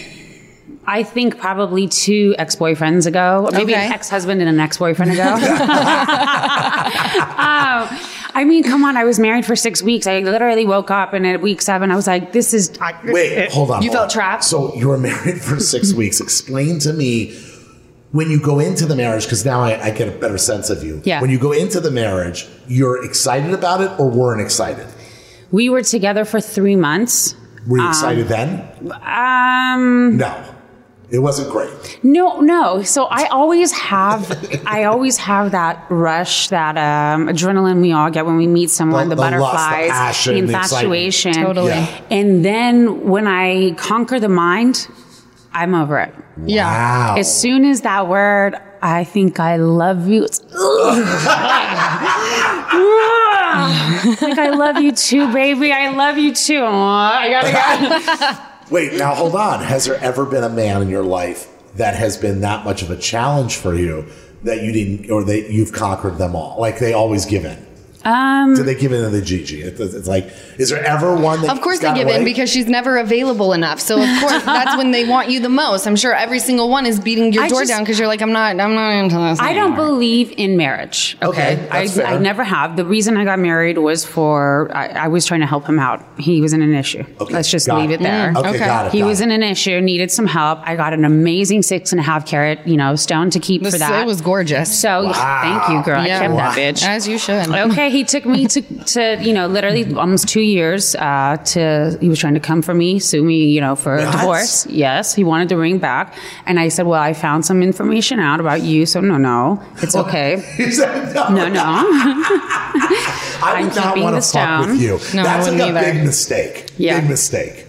Speaker 5: I think probably two ex boyfriends ago, or maybe an
Speaker 1: Okay.
Speaker 5: ex husband and an ex boyfriend ago. Um, I mean, come on, I was married for six weeks. I literally woke up and at week seven, I was like, this is. I,
Speaker 2: Wait, hold on.
Speaker 1: You
Speaker 2: hold
Speaker 1: felt
Speaker 2: on.
Speaker 1: trapped?
Speaker 2: So you were married for six weeks. Explain to me when you go into the marriage, because now I, I get a better sense of you.
Speaker 5: Yeah.
Speaker 2: When you go into the marriage, you're excited about it or weren't excited?
Speaker 5: We were together for three months.
Speaker 2: Were you excited then?
Speaker 5: Um,
Speaker 2: No. It wasn't great.
Speaker 5: No, no. So I always have, I always have that rush, that um, adrenaline we all get when we meet someone,
Speaker 2: The- the
Speaker 5: the,
Speaker 2: lust, the
Speaker 5: butterflies,
Speaker 2: passion, the excitement.
Speaker 5: infatuation.
Speaker 1: Totally.
Speaker 2: Yeah.
Speaker 5: And then when I conquer the mind, I'm over it.
Speaker 1: Yeah.
Speaker 2: Wow.
Speaker 5: As soon as that word, I think I love you. It's, like I love you too, baby. I love you too. Aw, I gotta go.
Speaker 2: Wait, now hold on. Has there ever been a man in your life that has been that much of a challenge for you that you didn't, or that you've conquered them all? Like they always give in.
Speaker 5: Um,
Speaker 2: Do they give in to the Gigi? It's, it's like, is there ever one that
Speaker 1: Of course they
Speaker 2: got
Speaker 1: give in
Speaker 2: away?
Speaker 1: because she's never available enough. So of course that's when they want you the most. I'm sure every single one is beating your
Speaker 5: I
Speaker 1: door
Speaker 5: just-
Speaker 1: down because you're like, I'm not, I'm not into this.
Speaker 5: I don't believe in marriage.
Speaker 2: Okay,
Speaker 5: Okay.
Speaker 2: that's
Speaker 5: I,
Speaker 2: fair.
Speaker 5: I never have. The reason I got married was for I, I was trying to help him out. He was in an issue.
Speaker 2: Okay,
Speaker 5: Let's just
Speaker 2: got
Speaker 5: leave
Speaker 2: it. Mm.
Speaker 5: it, there.
Speaker 2: Okay,
Speaker 1: Okay.
Speaker 2: got it.
Speaker 5: He
Speaker 2: got
Speaker 5: was
Speaker 2: it.
Speaker 5: in an issue, needed some help. I got an amazing six and a half carat, you know, stone to keep
Speaker 1: This-
Speaker 5: for that.
Speaker 1: It was gorgeous.
Speaker 5: so thank you, girl. I kept that bitch.
Speaker 1: As you should.
Speaker 5: okay, he took me to, to you know literally almost two years uh, to he was trying to come for me, sue me, you know, for
Speaker 2: What?
Speaker 5: divorce. Yes, he wanted the ring back, and I said, well, I found some information out about you, so no, no, it's okay.
Speaker 2: He said, no,
Speaker 5: No, no.
Speaker 2: I would
Speaker 5: I'm
Speaker 2: not
Speaker 5: keeping
Speaker 2: want to
Speaker 5: this
Speaker 2: fuck
Speaker 5: down.
Speaker 2: with you.
Speaker 1: No, I
Speaker 2: That's like
Speaker 1: wouldn't
Speaker 2: a
Speaker 1: either.
Speaker 2: big mistake.
Speaker 5: Yeah.
Speaker 2: Big mistake.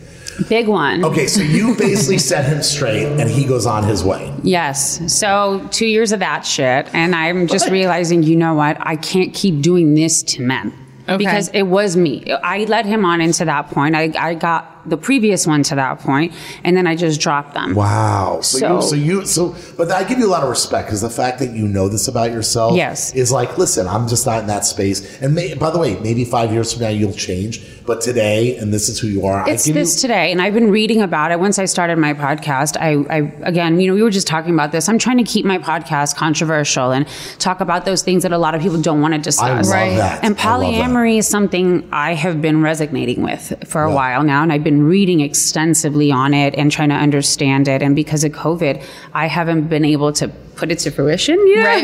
Speaker 5: Big one.
Speaker 2: Okay, so you basically set him straight and he goes on his way.
Speaker 5: Yes. So two years of that shit. And I'm just realizing, you know what? I can't keep doing this to men.
Speaker 1: Okay.
Speaker 5: Because it was me. I led him on into that point. I, I got the previous one to that point, and then I just dropped them.
Speaker 2: Wow. So, you,
Speaker 5: So-
Speaker 2: so you, so, but I give you a lot of respect because the fact that you know this about yourself
Speaker 5: Yes.
Speaker 2: is like, listen, I'm just not in that space. And may, by the way, maybe five years from now you'll change, but today, and this is who you are.
Speaker 5: It's
Speaker 2: I give
Speaker 5: this
Speaker 2: you,
Speaker 5: today, and I've been reading about it once I started my podcast. I, I again, you know, we were just talking about this. I'm trying to keep my podcast controversial and talk about those things that a lot of people don't want to
Speaker 2: I love
Speaker 5: discuss.
Speaker 1: Right.
Speaker 2: that.
Speaker 5: And
Speaker 2: I love that.
Speaker 5: polyamory is something I have been resonating with for a
Speaker 2: Yeah.
Speaker 5: while now, and I've been reading extensively on it and trying to understand it. And because of COVID, I haven't been able to put it to fruition.
Speaker 1: Right,
Speaker 5: Yet.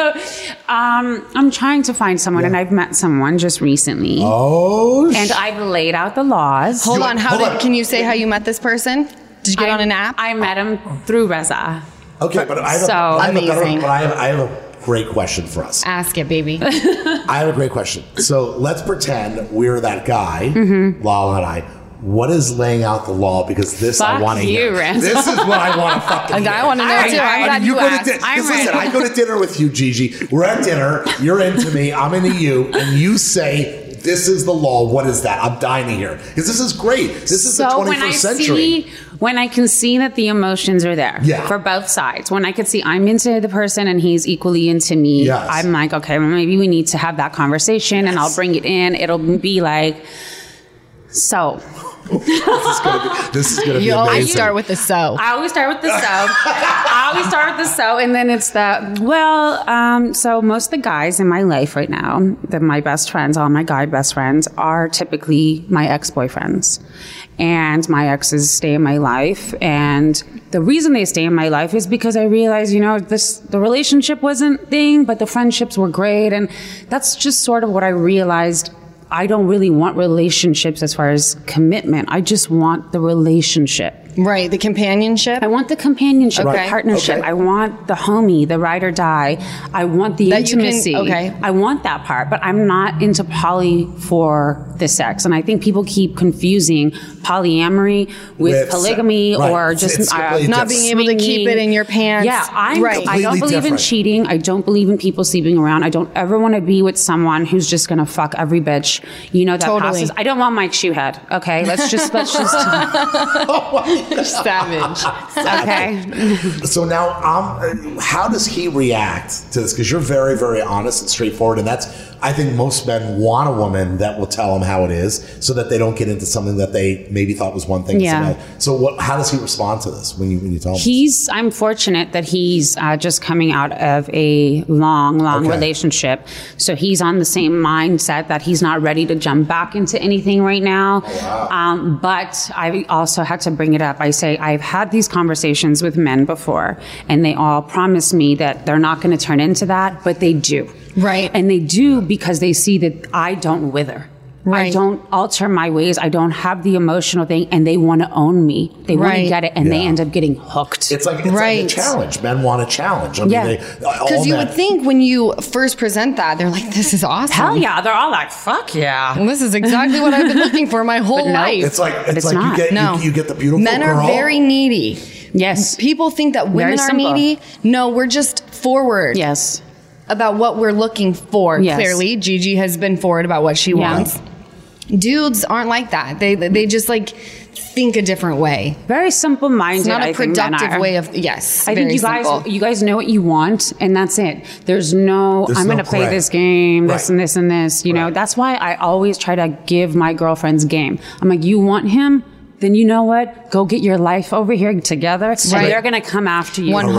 Speaker 1: right,
Speaker 5: so um, I'm trying to find someone, and I've met someone just recently,
Speaker 2: Oh,
Speaker 5: and I've laid out the laws.
Speaker 1: Hold on. How
Speaker 2: hold
Speaker 1: did,
Speaker 2: on.
Speaker 1: can you say how you met this person? Did you get on an app?
Speaker 5: I met him through Reza.
Speaker 2: okay, but I have,
Speaker 5: So Uh,
Speaker 2: a, I have a better,
Speaker 1: amazing.
Speaker 2: but I have, I have a great question for us.
Speaker 1: Ask it, baby.
Speaker 2: I have a great question. So let's pretend we're that guy,
Speaker 5: Mm-hmm.
Speaker 2: Lala and I. What is laying out the law? Because this I
Speaker 5: Fuck
Speaker 2: want to
Speaker 5: you,
Speaker 2: hear.
Speaker 5: Randall.
Speaker 2: This is what I want to fucking.
Speaker 1: I
Speaker 2: hear.
Speaker 1: wanna know
Speaker 5: too. I'm glad
Speaker 2: you
Speaker 1: you
Speaker 2: go to
Speaker 1: asked.
Speaker 2: dinner.
Speaker 5: I'm
Speaker 2: Listen,
Speaker 5: ready.
Speaker 2: I go to dinner with you, Gigi. We're at dinner. You're into me. I'm into you, and you say. This is the law. What is that? I'm dying to hear because this is great. This is the
Speaker 5: so
Speaker 2: 21st
Speaker 5: when I
Speaker 2: century.
Speaker 5: see, when I can see that the emotions are there
Speaker 2: Yeah.
Speaker 5: for both sides, when I could see I'm into the person and he's equally into me,
Speaker 2: Yes.
Speaker 5: I'm like, okay, well, maybe we need to have that conversation, and I'll bring it in. It'll be like, so
Speaker 2: this is gonna be, this is gonna be
Speaker 1: You always
Speaker 2: amazing.
Speaker 1: start with the so.
Speaker 5: I always start with the so. I always start with the so, and then it's the well. Um, so most of the guys in my life right now, that my best friends, all my guy best friends, are typically my ex boyfriends, and my exes stay in my life. And the reason they stay in my life is because I realized, you know, this the relationship wasn't thing, but the friendships were great, and that's just sort of what I realized I don't really want relationships as far as commitment. I just want the relationship.
Speaker 1: right. The companionship.
Speaker 5: I want the companionship,
Speaker 1: Okay.
Speaker 5: the partnership.
Speaker 2: Okay.
Speaker 5: I want the homie, the ride or die. I want the
Speaker 1: That you can-
Speaker 5: intimacy.
Speaker 1: okay.
Speaker 5: I want that part, but I'm not into poly for the sex. And I think people keep confusing polyamory with,
Speaker 2: With se-
Speaker 5: polygamy
Speaker 2: right.
Speaker 5: or
Speaker 2: It's-
Speaker 5: just
Speaker 2: it's completely
Speaker 1: Not being able to keep it
Speaker 5: swinging.
Speaker 1: in your pants.
Speaker 5: Yeah, I'm,
Speaker 1: right.
Speaker 5: I don't
Speaker 2: Completely
Speaker 5: believe in
Speaker 2: different.
Speaker 5: cheating. I don't believe in people sleeping around. I don't ever want to be with someone who's just going to fuck every bitch. You know that
Speaker 1: Totally.
Speaker 5: passes. I don't want Mike Shoehead. Okay, let's just let's just
Speaker 1: Savage.
Speaker 5: okay.
Speaker 2: So now, um, how does he react to this? Because you're very, very honest and straightforward, and that's I think most men want a woman that will tell them how it is, so that they don't get into something that they maybe thought was one thing. is
Speaker 5: Yeah.
Speaker 2: another. So what? How does he respond to this when you when you tell him?
Speaker 5: He's. I'm fortunate that he's uh, just coming out of a long, long
Speaker 2: Okay.
Speaker 5: relationship, so he's on the same mindset that he's not ready to jump back into anything right now.
Speaker 2: Oh,
Speaker 5: Um, but I also had to bring it up. I say I've had these conversations with men before, and they all promise me that they're not going to turn into that, but they do.
Speaker 1: Right.
Speaker 5: And they do because they see that I don't wither. I
Speaker 1: Right.
Speaker 5: don't alter my ways. I don't have the emotional thing, and they want to own me. They want
Speaker 1: Right.
Speaker 5: to get it, and they
Speaker 2: Yeah.
Speaker 5: end up getting hooked.
Speaker 2: it's like it's like a
Speaker 1: Right.
Speaker 2: challenge. Men want a challenge. I
Speaker 5: Yeah.
Speaker 2: mean, they, uh, all
Speaker 1: Because you
Speaker 2: men-
Speaker 1: would think when you first present that, they're like, this is awesome.
Speaker 5: Hell yeah! They're all like, "Fuck yeah!"
Speaker 1: This is exactly what I've been looking for my whole
Speaker 5: But no.
Speaker 1: life.
Speaker 2: It's like it's,
Speaker 5: it's
Speaker 2: like you
Speaker 5: not.
Speaker 2: get
Speaker 1: no.
Speaker 2: you, you get the beautiful
Speaker 1: Men are
Speaker 2: girl.
Speaker 1: very needy.
Speaker 5: Yes,
Speaker 1: People think that women are
Speaker 5: simple.
Speaker 1: needy. No, we're just forward
Speaker 5: yes.
Speaker 1: about what we're looking for.
Speaker 5: Yes.
Speaker 1: Clearly, Gigi has been forward about what she
Speaker 5: Yeah.
Speaker 1: wants. Dudes aren't like that. They they just like
Speaker 4: think a different way.
Speaker 5: Very simple minded.
Speaker 4: It's not
Speaker 5: a
Speaker 4: a productive way of yes.
Speaker 5: I think
Speaker 4: very
Speaker 5: you guys
Speaker 4: simple.
Speaker 5: you guys know what you want and that's it. There's no
Speaker 2: There's
Speaker 5: I'm
Speaker 2: no
Speaker 5: gonna play
Speaker 2: gray.
Speaker 5: this game, this
Speaker 2: Right.
Speaker 5: and this and this. You know, that's why I always try to give my girlfriends game. I'm like, you want him? Then you know what? Go get your life over here together. and
Speaker 4: Right.
Speaker 5: they're gonna come after you. When they see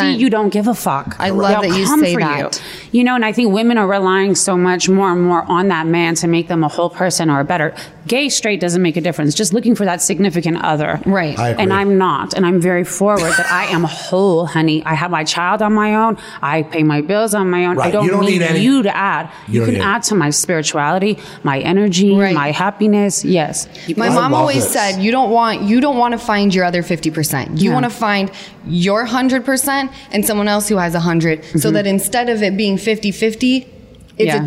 Speaker 4: 100%.
Speaker 5: you don't give a fuck.
Speaker 4: I love
Speaker 5: They'll
Speaker 4: that you
Speaker 5: come
Speaker 4: say
Speaker 5: for
Speaker 4: that.
Speaker 5: You. you know, and I think women are relying so much more and more on that man to make them a whole person or a better. Gay, straight doesn't make a difference. Just looking for that significant other.
Speaker 4: Right. I
Speaker 2: agree.
Speaker 5: And I'm not. And I'm very forward that I am whole, honey. I have my child on my own. I pay my bills on my own. I
Speaker 2: Right.
Speaker 5: don't,
Speaker 2: You don't
Speaker 5: need,
Speaker 2: need any-
Speaker 5: you to add.
Speaker 2: You
Speaker 5: You,
Speaker 2: don't
Speaker 5: can
Speaker 2: need any-
Speaker 5: add to my spirituality, my energy,
Speaker 4: Right.
Speaker 5: my happiness. Yes. You
Speaker 4: My
Speaker 2: I
Speaker 4: mom
Speaker 2: love
Speaker 4: always
Speaker 2: this.
Speaker 4: said you don't want you don't want to find your other 50%. You
Speaker 5: Yeah.
Speaker 4: want to find your 100% and someone else who has 100
Speaker 2: Mm-hmm.
Speaker 4: so that instead of it being 50-50, it's
Speaker 5: Yeah.
Speaker 4: a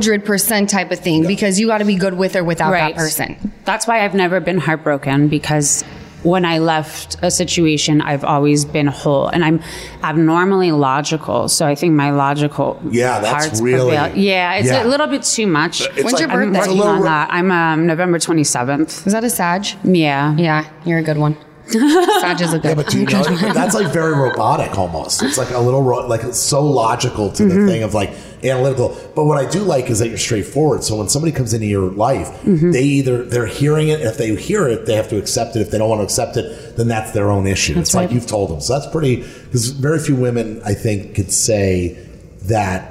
Speaker 4: 200% type of thing because you got to be good with or without that person.
Speaker 5: That's why I've never been heartbroken because when I left a situation, I've always been whole, and I'm abnormally logical. So I think my logical
Speaker 2: Yeah, that's
Speaker 5: parts
Speaker 2: really-
Speaker 5: prevail. Yeah, it's
Speaker 2: yeah.
Speaker 5: a little bit too much.
Speaker 4: When's your
Speaker 5: I'm
Speaker 4: birthday?
Speaker 5: working
Speaker 2: little
Speaker 5: on
Speaker 2: ro-
Speaker 5: that. I'm um, November 27th.
Speaker 4: Is that a Sag?
Speaker 5: Yeah.
Speaker 4: Yeah, you're a good one. Sag is a good
Speaker 2: Yeah, but do you know that's like very robotic almost? It's like a little ro- like it's so logical to
Speaker 4: Mm-hmm.
Speaker 2: the thing of like analytical. But what I do like is that you're straightforward. So when somebody comes into your life,
Speaker 4: Mm-hmm.
Speaker 2: they either they're hearing it. If they hear it, they have to accept it. If they don't want to accept it, then that's their own issue. it's like you've told them. So that's pretty because very few women I think could say that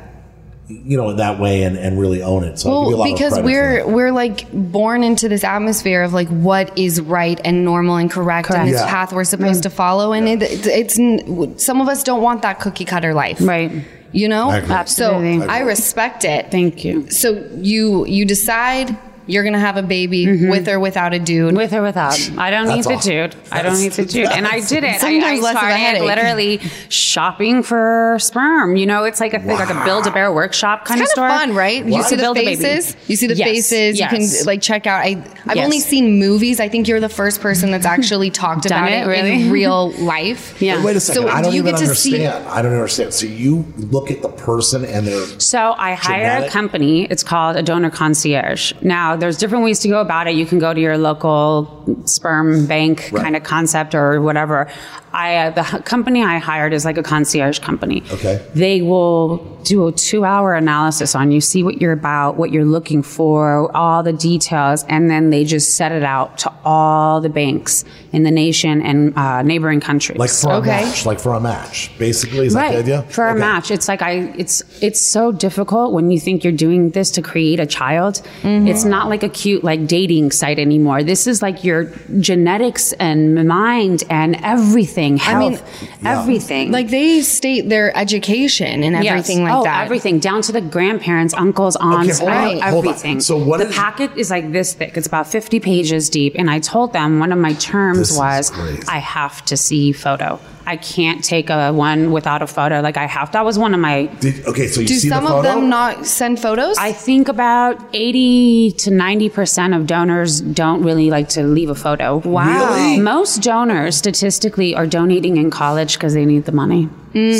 Speaker 2: you know in that way and, and really own it. So I'll give you a
Speaker 4: Well,
Speaker 2: lot of
Speaker 4: because
Speaker 2: credit for that.
Speaker 4: we're we're like born into this atmosphere of like what is right and normal and correct,
Speaker 5: Correct.
Speaker 4: and this
Speaker 2: Yeah.
Speaker 4: path we're supposed to follow, and it, it's- it's n- some of us don't want that cookie cutter life,
Speaker 5: Right.
Speaker 4: You know,
Speaker 2: I agree.
Speaker 5: Absolutely.
Speaker 4: So I respect it.
Speaker 5: Thank you.
Speaker 4: so you you decide you're gonna have a baby with or without a dude.
Speaker 5: Mm-hmm. With or without. I don't
Speaker 2: That's
Speaker 5: need
Speaker 2: all.
Speaker 5: the dude. I don't need the dude. And I did it. I, I
Speaker 4: Sometimes less of a
Speaker 5: started
Speaker 4: headache.
Speaker 5: literally shopping for sperm. You know, it's like a thing, like a build a bear workshop kind
Speaker 4: kind
Speaker 5: of
Speaker 4: of
Speaker 5: store.
Speaker 4: fun, right? You
Speaker 5: To
Speaker 4: see the
Speaker 5: build a baby.
Speaker 4: faces. You see the
Speaker 5: Yes,
Speaker 4: faces. You
Speaker 5: yes.
Speaker 4: can like check out. I I've
Speaker 5: Yes.
Speaker 4: only seen movies. I think you're the first person that's actually talked
Speaker 5: Done
Speaker 4: about
Speaker 5: it,
Speaker 4: it,
Speaker 5: really?
Speaker 4: in real life.
Speaker 5: Yeah.
Speaker 2: Wait a second.
Speaker 4: So
Speaker 2: I don't
Speaker 4: do you
Speaker 2: even
Speaker 4: get to see-
Speaker 2: understand. I don't understand. So you look at the person and their
Speaker 5: So I hire
Speaker 2: Genetic?
Speaker 5: a company. It's called a donor concierge. Now there's different ways to go about it. You can go to your local sperm bank
Speaker 2: Right.
Speaker 5: kind of concept or whatever. I uh, the h- company I hired is like a concierge company.
Speaker 2: Okay.
Speaker 5: They will do a two-hour analysis on you, see what you're about, what you're looking for, all the details, and then they just set it out to all the banks in the nation and uh, neighboring countries.
Speaker 2: Like for
Speaker 4: Okay.
Speaker 2: a match, like for a match, basically is that the idea?
Speaker 5: For a
Speaker 2: Okay.
Speaker 5: match, it's like I it's it's so difficult when you think you're doing this to create a child.
Speaker 4: Mm-hmm.
Speaker 5: It's not like a cute like dating site anymore. This is like your genetics and mind and everything,
Speaker 4: mean,
Speaker 5: health, everything.
Speaker 4: Like they state their education and
Speaker 5: Yes.
Speaker 4: everything like
Speaker 5: oh,
Speaker 4: that.
Speaker 5: everything down to the grandparents, uncles, aunts,
Speaker 2: hold
Speaker 4: on,
Speaker 5: ev-
Speaker 2: hold on.
Speaker 5: everything.
Speaker 2: So what
Speaker 5: the
Speaker 2: is-
Speaker 5: packet is like this thick. It's about 50 pages deep. And I told them one of my
Speaker 2: This
Speaker 5: terms
Speaker 2: is
Speaker 5: was
Speaker 2: crazy.
Speaker 5: I have to see photo. I can't take a one without a photo. Like I have. That was one of my.
Speaker 2: Did, okay, so you
Speaker 4: Do
Speaker 2: see
Speaker 4: some
Speaker 2: the photo?
Speaker 4: of them not send photos?
Speaker 5: I think about 80 to 90% of donors don't really like to leave a photo. Wow. Most donors statistically are donating in college because they need the money.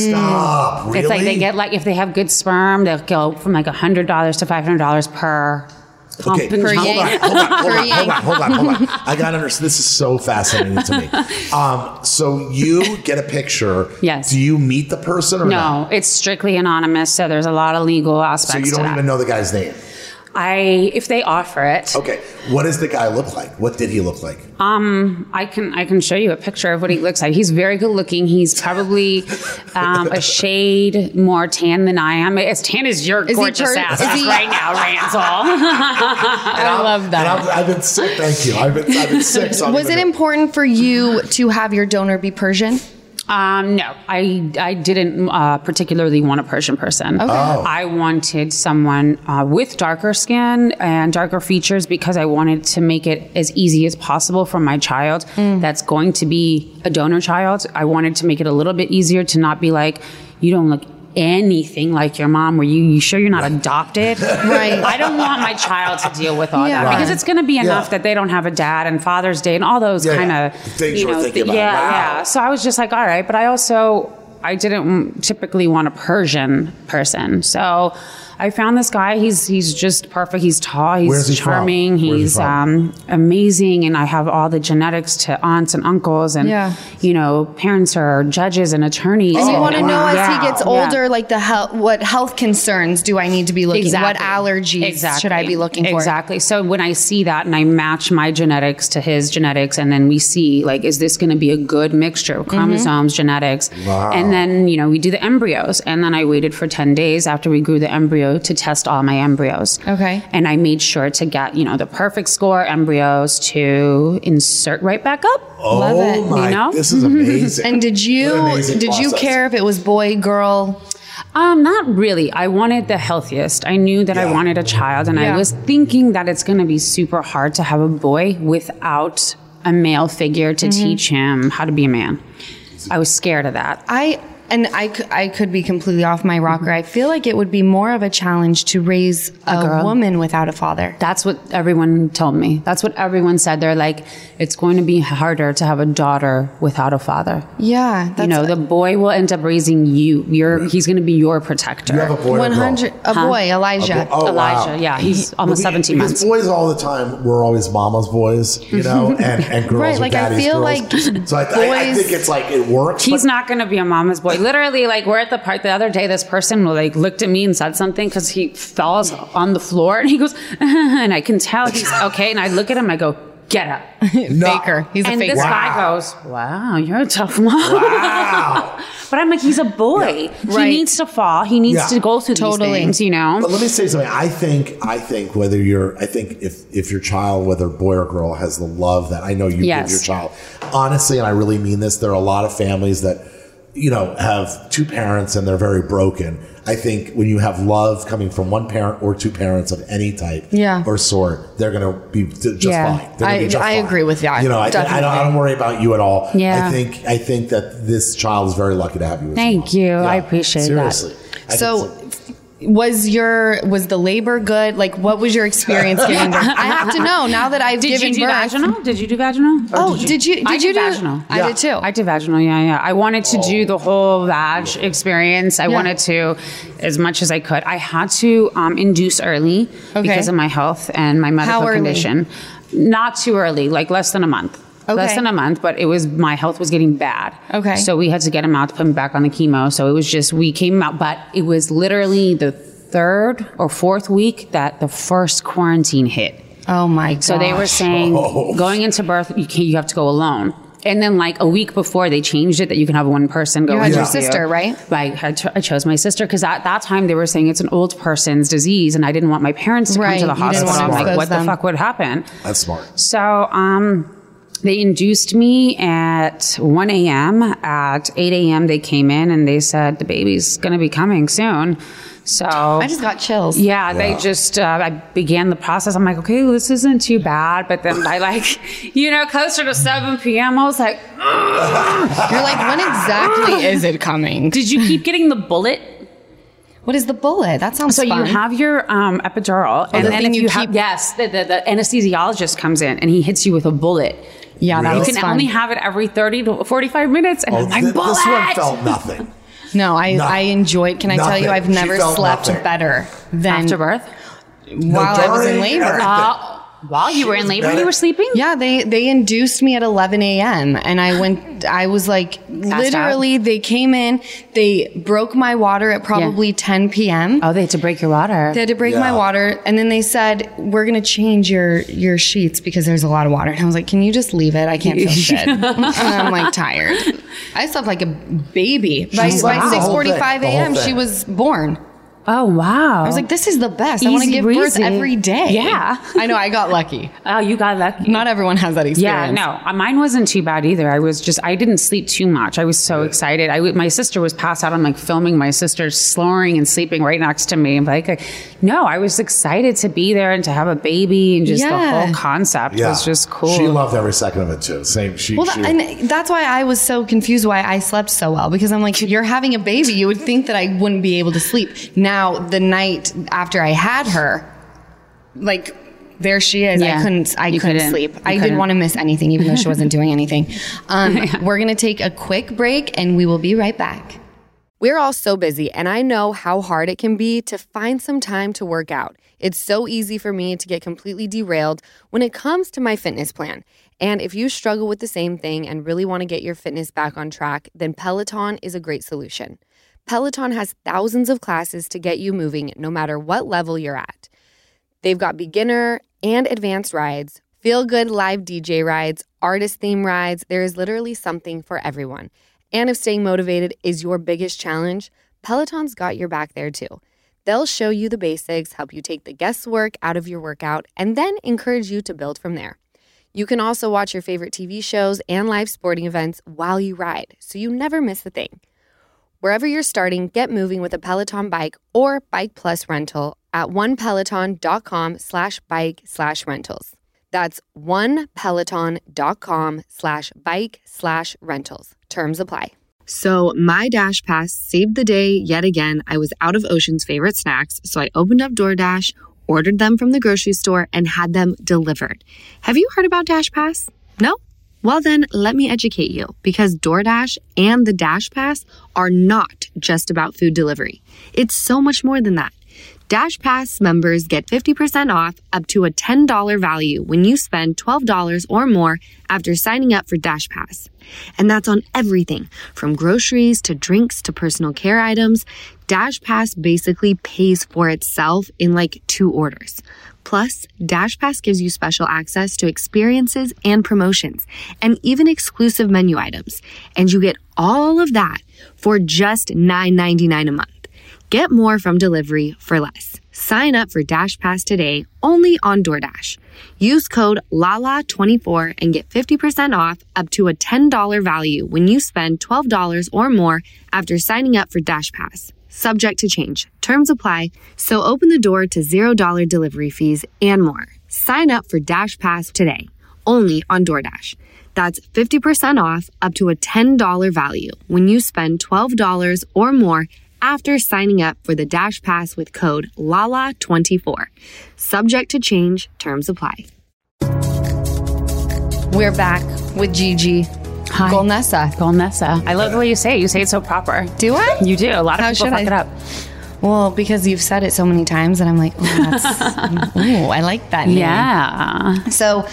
Speaker 2: Stop. Really?
Speaker 5: It's like they get like if they have good sperm, they'll go from like hundred dollars to five hundred dollars per.
Speaker 2: Okay,
Speaker 5: pump and
Speaker 2: hold
Speaker 5: dump.
Speaker 2: on, hold on, hold on,
Speaker 4: Yang.
Speaker 2: hold on, hold on, hold on. I gotta understand. This is so fascinating to me. Um, so you get a picture.
Speaker 5: Yes.
Speaker 2: Do you meet the person or
Speaker 5: No, it's strictly anonymous, so there's a lot of legal aspects.
Speaker 2: So you don't
Speaker 5: to that.
Speaker 2: even know the guy's name.
Speaker 5: I if they offer it,
Speaker 2: Okay. What does the guy look like? What did he look like?
Speaker 5: um, I can I can show you a picture of what he looks like. He's very good looking. He's probably um, a shade more tan than I am. As tan as your
Speaker 4: he
Speaker 5: gorgeous
Speaker 4: tur-
Speaker 5: ass
Speaker 4: is
Speaker 5: is
Speaker 4: he-
Speaker 5: right now, Ransel.
Speaker 4: I love
Speaker 2: And I've, I've been sick. Thank you. I've been, I've been sick. So I'm
Speaker 4: Was it
Speaker 2: gonna-
Speaker 4: important for you to have your donor be Persian?
Speaker 5: Um, no, I I didn't uh, particularly want a Persian person. Okay.
Speaker 2: Oh.
Speaker 5: I wanted someone uh, with darker skin and darker features because I wanted to make it as easy as possible for my child that's going to be a donor child. I wanted to make it a little bit easier to not be like, you don't look anything like your mom. Were you, you sure you're not adopted?
Speaker 4: Right.
Speaker 5: I don't want my child to deal with all
Speaker 4: Yeah.
Speaker 5: that
Speaker 4: Right.
Speaker 5: because it's going to be enough
Speaker 2: Yeah.
Speaker 5: that they don't have a dad and Father's Day and all those
Speaker 2: Yeah,
Speaker 5: kind
Speaker 2: yeah.
Speaker 5: of
Speaker 2: Things you were thinking about.
Speaker 5: Yeah,
Speaker 2: Wow.
Speaker 5: yeah. So I was just like, all right, but I also I didn't typically want a Persian person, so I found this guy. He's he's just perfect. He's tall.
Speaker 2: Where's
Speaker 5: He's
Speaker 2: he from?
Speaker 5: charming.
Speaker 2: Where's he
Speaker 5: He's
Speaker 2: from?
Speaker 5: um, amazing. And I have all the genetics to aunts and uncles, and
Speaker 1: Yeah.
Speaker 5: you know, parents are judges and attorneys.
Speaker 1: And you
Speaker 2: Oh,
Speaker 1: want to
Speaker 5: and-
Speaker 1: know as
Speaker 5: Yeah,
Speaker 1: he gets
Speaker 5: Oh, yeah.
Speaker 1: older, like the health, what health concerns do I need to be looking? What allergies should I be looking for?
Speaker 5: Exactly. So when I see that and I match my genetics to his genetics, and then we see like, is this going to be a good mixture
Speaker 1: Mm-hmm.
Speaker 5: of chromosomes, genetics?
Speaker 2: Wow.
Speaker 5: And then you know we do the embryos, and then I waited for ten days after we grew the embryo to test all my embryos.
Speaker 1: Okay.
Speaker 5: And I made sure to get you know the perfect score embryos to insert right back up.
Speaker 1: Love it.
Speaker 2: oh my!
Speaker 5: you know?
Speaker 2: This is amazing.
Speaker 1: And did you
Speaker 2: What an amazing
Speaker 1: did you
Speaker 2: process.
Speaker 1: care if it was boy, girl?
Speaker 5: Um, not really. I wanted the healthiest. I knew that I
Speaker 2: Yeah.
Speaker 5: wanted a child, and
Speaker 1: Yeah.
Speaker 5: I was thinking that it's going to be super hard to have a boy without a male figure to
Speaker 1: Mm-hmm.
Speaker 5: teach him how to be a man. I was scared of that.
Speaker 1: I and I, c- I could be completely off my rocker.
Speaker 5: Mm-hmm.
Speaker 1: I feel like it would be more of a challenge to raise a, woman without a father.
Speaker 5: That's what everyone told me. That's what everyone said. They're like, it's going to be harder to have a daughter without a father.
Speaker 1: Yeah, that's
Speaker 5: you know, the boy will end up raising you. You're, he's going to be your protector.
Speaker 2: you have a boy
Speaker 1: one
Speaker 2: or a
Speaker 1: hundred
Speaker 2: girl?
Speaker 1: a boy, Elijah.
Speaker 2: A boy- oh,
Speaker 5: Elijah,
Speaker 2: wow.
Speaker 5: yeah, he's almost 17
Speaker 2: because
Speaker 5: months.
Speaker 2: boys all the time were always mama's boys, you know, and, and
Speaker 1: Mm-hmm.
Speaker 2: girls
Speaker 1: Right,
Speaker 2: are
Speaker 1: like, I
Speaker 2: daddy's
Speaker 1: feel like
Speaker 2: girls. so I, I, I
Speaker 1: boys-
Speaker 2: think it's like it works.
Speaker 5: He's
Speaker 2: but
Speaker 5: not going to be a mama's boy. Literally, like we're at the park the other day. This person like looked at me and said something because he falls on the floor and he goes, and I can tell he's okay. And I look at him, I go, get up.
Speaker 2: no-
Speaker 1: faker. He's a
Speaker 5: and
Speaker 1: faker.
Speaker 5: this guy
Speaker 2: Wow.
Speaker 5: goes, wow, you're a tough mom.
Speaker 2: Wow.
Speaker 5: but I'm like, he's a boy.
Speaker 1: Right.
Speaker 5: He needs to fall. He needs
Speaker 2: Yeah.
Speaker 5: to go through
Speaker 1: Totally.
Speaker 5: these things. You know.
Speaker 2: But let me say something. I think I think whether you're I think if if your child, whether boy or girl, has the love that I know you
Speaker 5: Yes.
Speaker 2: give your child. Honestly, and I really mean this, there are a lot of families that, you know, have two parents and they're very broken. I think when you have love coming from one parent or two parents of any type
Speaker 1: Yeah.
Speaker 2: or sort, they're going to be j- just
Speaker 5: Yeah.
Speaker 2: fine. They're gonna
Speaker 1: I-
Speaker 2: be just
Speaker 1: I
Speaker 2: fine.
Speaker 1: agree with that,
Speaker 2: You know, I, I, don't, I don't
Speaker 1: definitely.
Speaker 2: worry about you at all.
Speaker 5: Yeah.
Speaker 2: I think I think that this child is very lucky to have you. As a
Speaker 5: Thank
Speaker 2: mom.
Speaker 5: you. I appreciate that.
Speaker 2: Seriously. I
Speaker 1: So,
Speaker 2: think
Speaker 1: was your was the labor good? Like, what was your experience giving birth? I have to know now that I've
Speaker 5: Did
Speaker 1: given
Speaker 5: you do
Speaker 1: birth.
Speaker 5: vaginal? Did you do vaginal?
Speaker 1: Oh, did you did
Speaker 5: I
Speaker 1: you
Speaker 5: did
Speaker 1: do
Speaker 5: vaginal.
Speaker 1: I did too.
Speaker 5: I did vaginal, yeah, yeah. I wanted to do the whole vag experience. I
Speaker 1: Yeah.
Speaker 5: wanted to, as much as I could. I had to um, induce early
Speaker 1: Okay.
Speaker 5: because of my health and my medical
Speaker 1: early?
Speaker 5: condition. Not too early, like less than a month.
Speaker 1: Okay.
Speaker 5: Less than a month, but it was my health was getting bad.
Speaker 1: Okay.
Speaker 5: So we had to get him out to put him back on the chemo. So it was just we came out, but it was literally the third or fourth week that the first quarantine hit.
Speaker 1: oh my god.
Speaker 5: So they were saying
Speaker 1: Oh.
Speaker 5: going into birth, you can, you have to go alone. And then like a week before, they changed it that you can have one person go.
Speaker 1: You had
Speaker 5: in
Speaker 1: your
Speaker 5: with you.
Speaker 1: sister, right?
Speaker 5: Like I, cho- I chose my sister because at that time they were saying it's an old person's disease, and I didn't want my parents to
Speaker 1: Right,
Speaker 5: come to the
Speaker 1: you didn't
Speaker 5: hospital.
Speaker 1: want to
Speaker 5: I'm like,
Speaker 1: expose
Speaker 5: what
Speaker 1: them.
Speaker 5: the fuck would happen?
Speaker 2: that's smart.
Speaker 5: So um, they induced me at 1 a.m. At 8 a.m. they came in and they said the baby's gonna be coming soon. So
Speaker 1: I just got chills.
Speaker 5: yeah, they just, uh, I began the process. I'm like, okay, this isn't too bad. But then by like, you know, closer to 7 p.m., I was like,
Speaker 1: You're like, when exactly is it coming?
Speaker 5: did you keep getting the bullet?
Speaker 1: What is the bullet? That sounds
Speaker 5: So you
Speaker 1: fun.
Speaker 5: have your um, epidural, and
Speaker 1: the
Speaker 5: then
Speaker 1: thing
Speaker 5: if
Speaker 1: you
Speaker 5: you,
Speaker 1: keep-
Speaker 5: have yes, the, the, the anesthesiologist comes in and he hits you with a bullet.
Speaker 1: yeah,
Speaker 2: Really?
Speaker 5: You
Speaker 1: that's
Speaker 5: can
Speaker 1: fun.
Speaker 5: only have it every 30 to 45 minutes, and
Speaker 2: Oh,
Speaker 5: I'm like,
Speaker 2: thi-
Speaker 5: bullet!
Speaker 2: this one felt nothing.
Speaker 1: no, I
Speaker 2: Nothing.
Speaker 1: I enjoyed. Can I tell
Speaker 2: Nothing.
Speaker 1: you, I've
Speaker 2: She
Speaker 1: never
Speaker 2: felt
Speaker 1: slept
Speaker 2: nothing.
Speaker 1: better than
Speaker 5: After birth?
Speaker 1: while I was in
Speaker 2: during
Speaker 1: labor.
Speaker 2: everything.
Speaker 5: Uh, while you were in
Speaker 2: was
Speaker 5: labor,
Speaker 2: better.
Speaker 5: you were sleeping?
Speaker 1: Yeah, they they induced me at 11 a.m. and I went. I was like, literally, they came in, they broke my water at probably 10 p.m.
Speaker 5: Oh, they had to break your water.
Speaker 1: They had to break my
Speaker 2: Yeah.
Speaker 1: water, and then they said we're gonna change your your sheets because there's a lot of water. And I was like, "Can you just leave it? I can't feel shit. and I'm like tired. I slept like a baby. By,
Speaker 2: She's
Speaker 1: by
Speaker 2: like, the whole thing,
Speaker 1: 6:45
Speaker 2: the whole
Speaker 1: a.m., she
Speaker 2: thing.
Speaker 1: was born.
Speaker 5: oh, wow.
Speaker 1: I was like, "This is the best. I want to
Speaker 5: Easy
Speaker 1: give birth
Speaker 5: breezy.
Speaker 1: every day.
Speaker 5: Yeah.
Speaker 1: I know. I got lucky.
Speaker 5: oh, you got lucky.
Speaker 1: Not everyone has that
Speaker 5: Yeah,
Speaker 1: experience.
Speaker 5: no, uh, mine wasn't too bad either. I was just I didn't sleep too much. I was so excited. I w- my sister was passed out. I'm like filming my sister snoring and sleeping right next to me. I'm like, uh, no, I was excited to be there and to have a baby and just
Speaker 1: Yeah.
Speaker 5: the whole concept was just cool.
Speaker 2: She loved every second of it too. Same. She.
Speaker 1: Well,
Speaker 2: she
Speaker 1: tha- and that's why I was so confused why I slept so well because I'm like, you're having a baby. You would think that I wouldn't be able to sleep. Now, the night after I had her, like, there she is. I
Speaker 5: Yeah.
Speaker 1: couldn't. I
Speaker 5: You
Speaker 1: couldn't,
Speaker 5: couldn't.
Speaker 1: sleep.
Speaker 5: You
Speaker 1: I didn't
Speaker 5: couldn't.
Speaker 1: want to miss anything, even though she wasn't doing anything. Um, We're gonna take a quick break, and we will be right back. We're all so busy, and I know how hard it can be to find some time to work out. It's so easy for me to get completely derailed when it comes to my fitness plan. And if you struggle with the same thing and really want to get your fitness back on track, then Peloton is a great solution. Peloton has thousands of classes to get you moving no matter what level you're at. They've got beginner and advanced rides, feel good live DJ rides, artist theme rides. There is literally something for everyone. And if staying motivated is your biggest challenge, Peloton's got your back there too. They'll show you the basics, help you take the guesswork out of your workout, and then encourage you to build from there. You can also watch your favorite TV shows and live sporting events while you ride, so you never miss a thing. Wherever you're starting, get moving with a Peloton bike or Bike Plus rental at onepeloton.com slash bike slash rentals. That's onepeloton.com slash bike slash rentals. Terms apply. So my Dash Pass saved the day yet again. I was out of Ocean's favorite snacks, so I opened up DoorDash, ordered them from the grocery store, and had them delivered. Have you heard about Dash Pass? No? Well, then, let me educate you because DoorDash and the Dash Pass are not just about food delivery. It's so much more than that. Dash Pass members get 50% off up to a $10 value when you spend $12 or more after signing up for Dash Pass. And that's on everything from groceries to drinks to personal care items. Dash Pass basically pays for itself in like two orders. Plus, Dash Pass gives you special access to experiences and promotions and even exclusive menu items. And you get all of that for just $9.99 a month. Get more from delivery for less. Sign up for Dash Pass today only on DoorDash. Use code LALA24 and get 50% off up to a $10 value when you spend $12 or more after signing up for Dash Pass. Subject to change. Terms apply, so open the door to $0 delivery fees and more. Sign up for Dash Pass today only on DoorDash. That's 50% off up to a $10 value when you spend $12 or more after signing up for the Dash Pass with code LALA24. Subject to change, terms apply. We're back with Gigi
Speaker 5: Hi.
Speaker 1: Golnessa.
Speaker 5: Golnessa. I love the way you say it. You say it so proper.
Speaker 1: Do I?
Speaker 5: You do. A lot of
Speaker 1: How
Speaker 5: people
Speaker 1: should
Speaker 5: fuck
Speaker 1: I?
Speaker 5: it up.
Speaker 1: Well, because you've said it so many times, and I'm like, ooh, that's, ooh I like that name.
Speaker 5: Yeah.
Speaker 1: So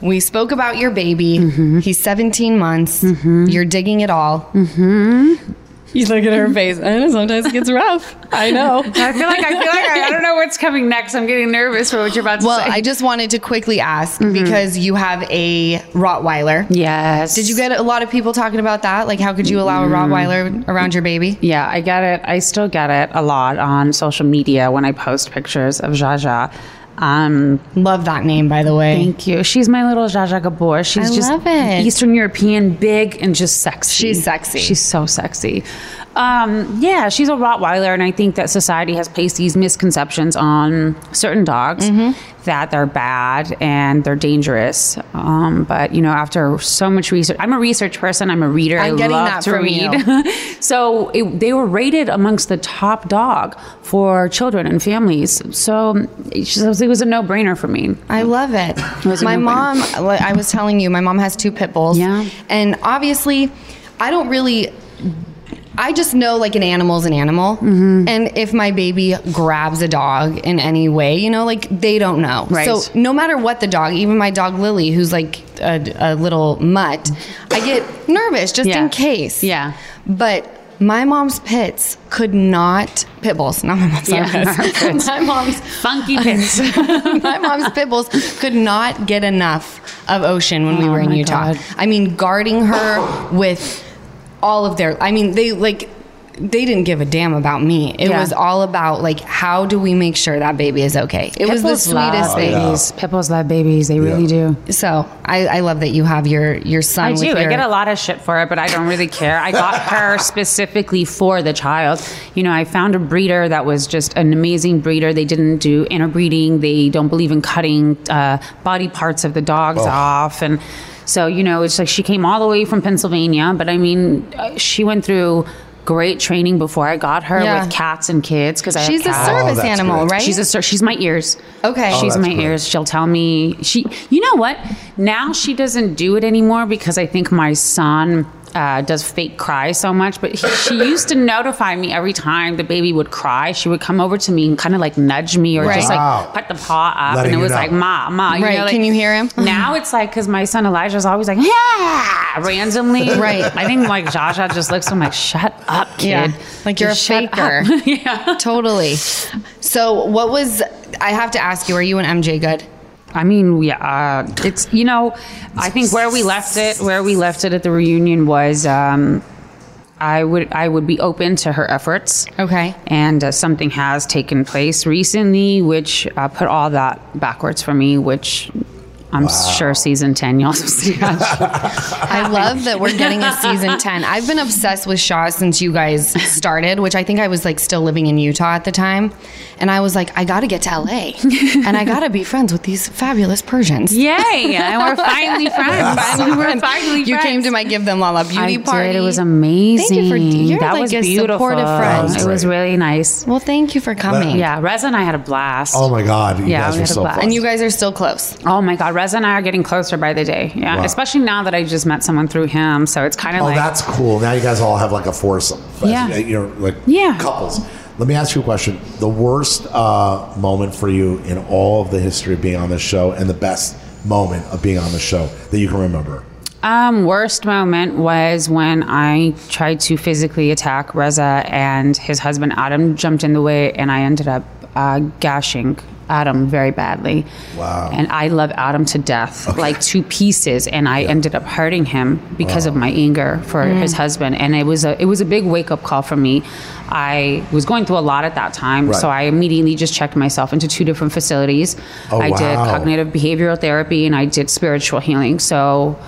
Speaker 1: we spoke about your baby.
Speaker 5: Mm-hmm.
Speaker 1: He's 17 months. You're digging it all. Mm-hmm. You look at her face. I know sometimes it gets rough. I know.
Speaker 5: I feel like I feel like I, I don't know what's coming next. I'm getting nervous for what you're about to
Speaker 1: Well,
Speaker 5: say.
Speaker 1: I just wanted to quickly ask
Speaker 5: Mm-hmm.
Speaker 1: because you have a Rottweiler.
Speaker 5: yes.
Speaker 1: Did you get a lot of people talking about that? Like, how could you allow a Rottweiler around your baby?
Speaker 5: Yeah, I get it. I still get it a lot on social media when I post pictures of Jaja. Um,
Speaker 1: Love that name, by the way.
Speaker 5: thank you. She's my little Jaja Gabor. She's
Speaker 1: I
Speaker 5: just
Speaker 1: love it.
Speaker 5: Eastern European, big and just sexy.
Speaker 1: She's sexy.
Speaker 5: She's so sexy. Um, yeah, she's a Rottweiler, and I think that society has placed these misconceptions on certain dogs
Speaker 1: Mm-hmm.
Speaker 5: that they're bad and they're dangerous. Um, but you know, after so much research, I'm a research person. I'm a reader.
Speaker 1: I'm
Speaker 5: I
Speaker 1: getting
Speaker 5: love
Speaker 1: that
Speaker 5: to
Speaker 1: from
Speaker 5: read.
Speaker 1: you.
Speaker 5: so it, they were rated amongst the top dog for children and families. So it just- it was a no brainer for me.
Speaker 1: I love it.
Speaker 5: was a
Speaker 1: my mom,
Speaker 5: no-brainer.
Speaker 1: like I was telling you, my mom has two pit bulls.
Speaker 5: Yeah.
Speaker 1: And obviously, I don't really. I just know like an animal's an animal.
Speaker 5: Mm-hmm.
Speaker 1: And if my baby grabs a dog in any way, you know, like they don't know.
Speaker 5: Right.
Speaker 1: So no matter what the dog, even my dog Lily, who's like a, a little mutt, I get nervous just
Speaker 5: Yeah.
Speaker 1: in case.
Speaker 5: Yeah.
Speaker 1: But my mom's pits could not pit bulls. Not my mom's.
Speaker 5: Yeah,
Speaker 1: sorry,
Speaker 5: our
Speaker 1: pits.
Speaker 5: pits.
Speaker 1: my mom's
Speaker 5: Funky pits.
Speaker 1: my mom's pit bulls could not get enough of Ocean when we
Speaker 5: Oh
Speaker 1: were in
Speaker 5: my
Speaker 1: Utah.
Speaker 5: God.
Speaker 1: I mean, guarding her with all of their. I mean, they like. They didn't give a damn about me. It
Speaker 5: Yeah.
Speaker 1: was all about like, how do we make sure that baby is okay? It was the
Speaker 5: Pitbulls
Speaker 1: sweetest
Speaker 5: love
Speaker 1: thing.
Speaker 5: Babies. Pitbulls love babies. They really do.
Speaker 1: So I, I love that you have your your son.
Speaker 5: I
Speaker 1: with
Speaker 5: do. I
Speaker 1: your-
Speaker 5: get a lot of shit for it, but I don't really care. I got her specifically for the child. You know, I found a breeder that was just an amazing breeder. They didn't do interbreeding. They don't believe in cutting uh, body parts of the dogs off, and so you know, it's like she came all the way from Pennsylvania. But I mean, uh, she went through great training before I got her
Speaker 1: Yeah.
Speaker 5: with cats and kids because I
Speaker 1: She's a
Speaker 5: have cats.
Speaker 1: service
Speaker 2: that's
Speaker 1: animal,
Speaker 2: great.
Speaker 1: right?
Speaker 5: She's a ser- she's my ears.
Speaker 1: Okay. Oh,
Speaker 5: she's
Speaker 2: that's
Speaker 5: my
Speaker 2: great.
Speaker 5: ears. She'll tell me she. You know what? Now she doesn't do it anymore because I think my son uh, does fake cry so much. But he, she used to notify me every time the baby would cry. She would come over to me and kind of like nudge me or just
Speaker 1: Right.
Speaker 5: like
Speaker 2: Wow.
Speaker 5: put the paw up,
Speaker 2: Letting
Speaker 5: and
Speaker 2: you
Speaker 5: it was
Speaker 2: know.
Speaker 5: like ma ma.
Speaker 1: Right,
Speaker 5: You know, like,
Speaker 1: can you hear him?
Speaker 5: Now it's like because my son Elijah's always like yeah randomly.
Speaker 1: Right.
Speaker 5: I think like Jaja just looks. at him like shut up, kid.
Speaker 1: Yeah. Like you're a
Speaker 5: Just shut up."
Speaker 1: faker.
Speaker 5: yeah.
Speaker 1: Totally. So, what was I have to ask you? Are you an MJ good?
Speaker 5: I mean, yeah, uh, it's you know, I think where we left it, where we left it at the reunion was, um, I would I would be open to her efforts,
Speaker 1: Okay.
Speaker 5: and uh, something has taken place recently, which uh, put all that backwards for me, which. I'm sure season 10, y'all. see that.
Speaker 1: I love that we're getting a season 10. I've been obsessed with Shaw since you guys started, which I think I was like still living in Utah at the time. And I was like, I got to get to LA and I got to be friends with these fabulous Persians.
Speaker 5: Yay! And we're finally friends. Finally, we're finally
Speaker 1: You
Speaker 5: friends.
Speaker 1: came to my Give Them Lala beauty
Speaker 5: I
Speaker 1: party.
Speaker 5: Did. It was amazing.
Speaker 1: Thank you for you're
Speaker 5: that
Speaker 1: like
Speaker 5: was
Speaker 1: a
Speaker 5: beautiful.
Speaker 1: supportive friend.
Speaker 2: was
Speaker 5: It was
Speaker 2: great.
Speaker 5: really nice.
Speaker 1: Well, thank you for coming.
Speaker 5: Yeah, Reza and I had a blast.
Speaker 2: Oh my God, you
Speaker 5: Yeah,
Speaker 2: guys
Speaker 5: we
Speaker 2: were
Speaker 5: had a
Speaker 2: so
Speaker 5: blast.
Speaker 2: fun.
Speaker 1: And you guys are still close.
Speaker 5: Oh my God, Reza and I are getting closer by the day. Yeah,
Speaker 2: Wow.
Speaker 5: especially now that I just met someone through him. So it's kind of
Speaker 2: oh,
Speaker 5: like
Speaker 2: that's cool. Now you guys all have like a foursome.
Speaker 5: Yeah.
Speaker 2: You're like
Speaker 5: Yeah.
Speaker 2: couples. Let me ask you a question. The worst uh, moment for you in all of the history of being on this show and the best moment of being on the show that you can remember?
Speaker 5: um, worst moment was when I tried to physically attack Reza and his husband Adam jumped in the way, and I ended up uh, gashing Adam very badly.
Speaker 2: Wow.
Speaker 5: And I love Adam to death, like two pieces, and I ended up hurting him because of my anger for his husband, and it was a it was a big wake up call for me. I was going through a lot at that time,
Speaker 2: Right.
Speaker 5: so I immediately just checked myself into two different facilities.
Speaker 2: Oh,
Speaker 5: I did
Speaker 2: wow.
Speaker 5: cognitive behavioral therapy and I did spiritual healing. So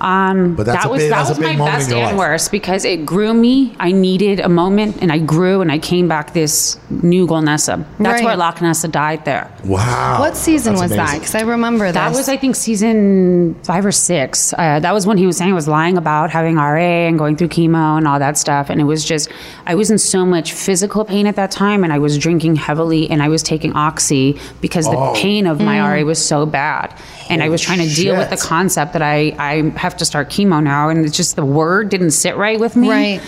Speaker 5: um,
Speaker 2: But that's
Speaker 5: that
Speaker 2: a
Speaker 5: was
Speaker 2: big-
Speaker 5: that
Speaker 2: that's a
Speaker 5: was
Speaker 2: big
Speaker 5: my
Speaker 2: moment
Speaker 5: best
Speaker 2: in your
Speaker 5: and
Speaker 2: life.
Speaker 5: worst because it grew me. I needed a moment, and I grew, and I came back this new Golnessa. That's
Speaker 1: Right.
Speaker 5: where Loch Nessa died. There.
Speaker 2: Wow.
Speaker 1: What season
Speaker 2: That's
Speaker 1: was that?
Speaker 2: amazing.
Speaker 1: Because I remember this.
Speaker 5: That was, I think, season five or six. Uh, that was when he was saying he was lying about having RA and going through chemo and all that stuff. And it was just, I was in so much physical pain at that time, and I was drinking heavily, and I was taking oxy because
Speaker 2: Oh.
Speaker 5: the pain of my
Speaker 1: Mm.
Speaker 5: RA was so bad. And I was trying to deal with the
Speaker 2: shit.
Speaker 5: concept that I, I have to start chemo now, and it's just the word didn't sit right with me. Um,
Speaker 1: Right.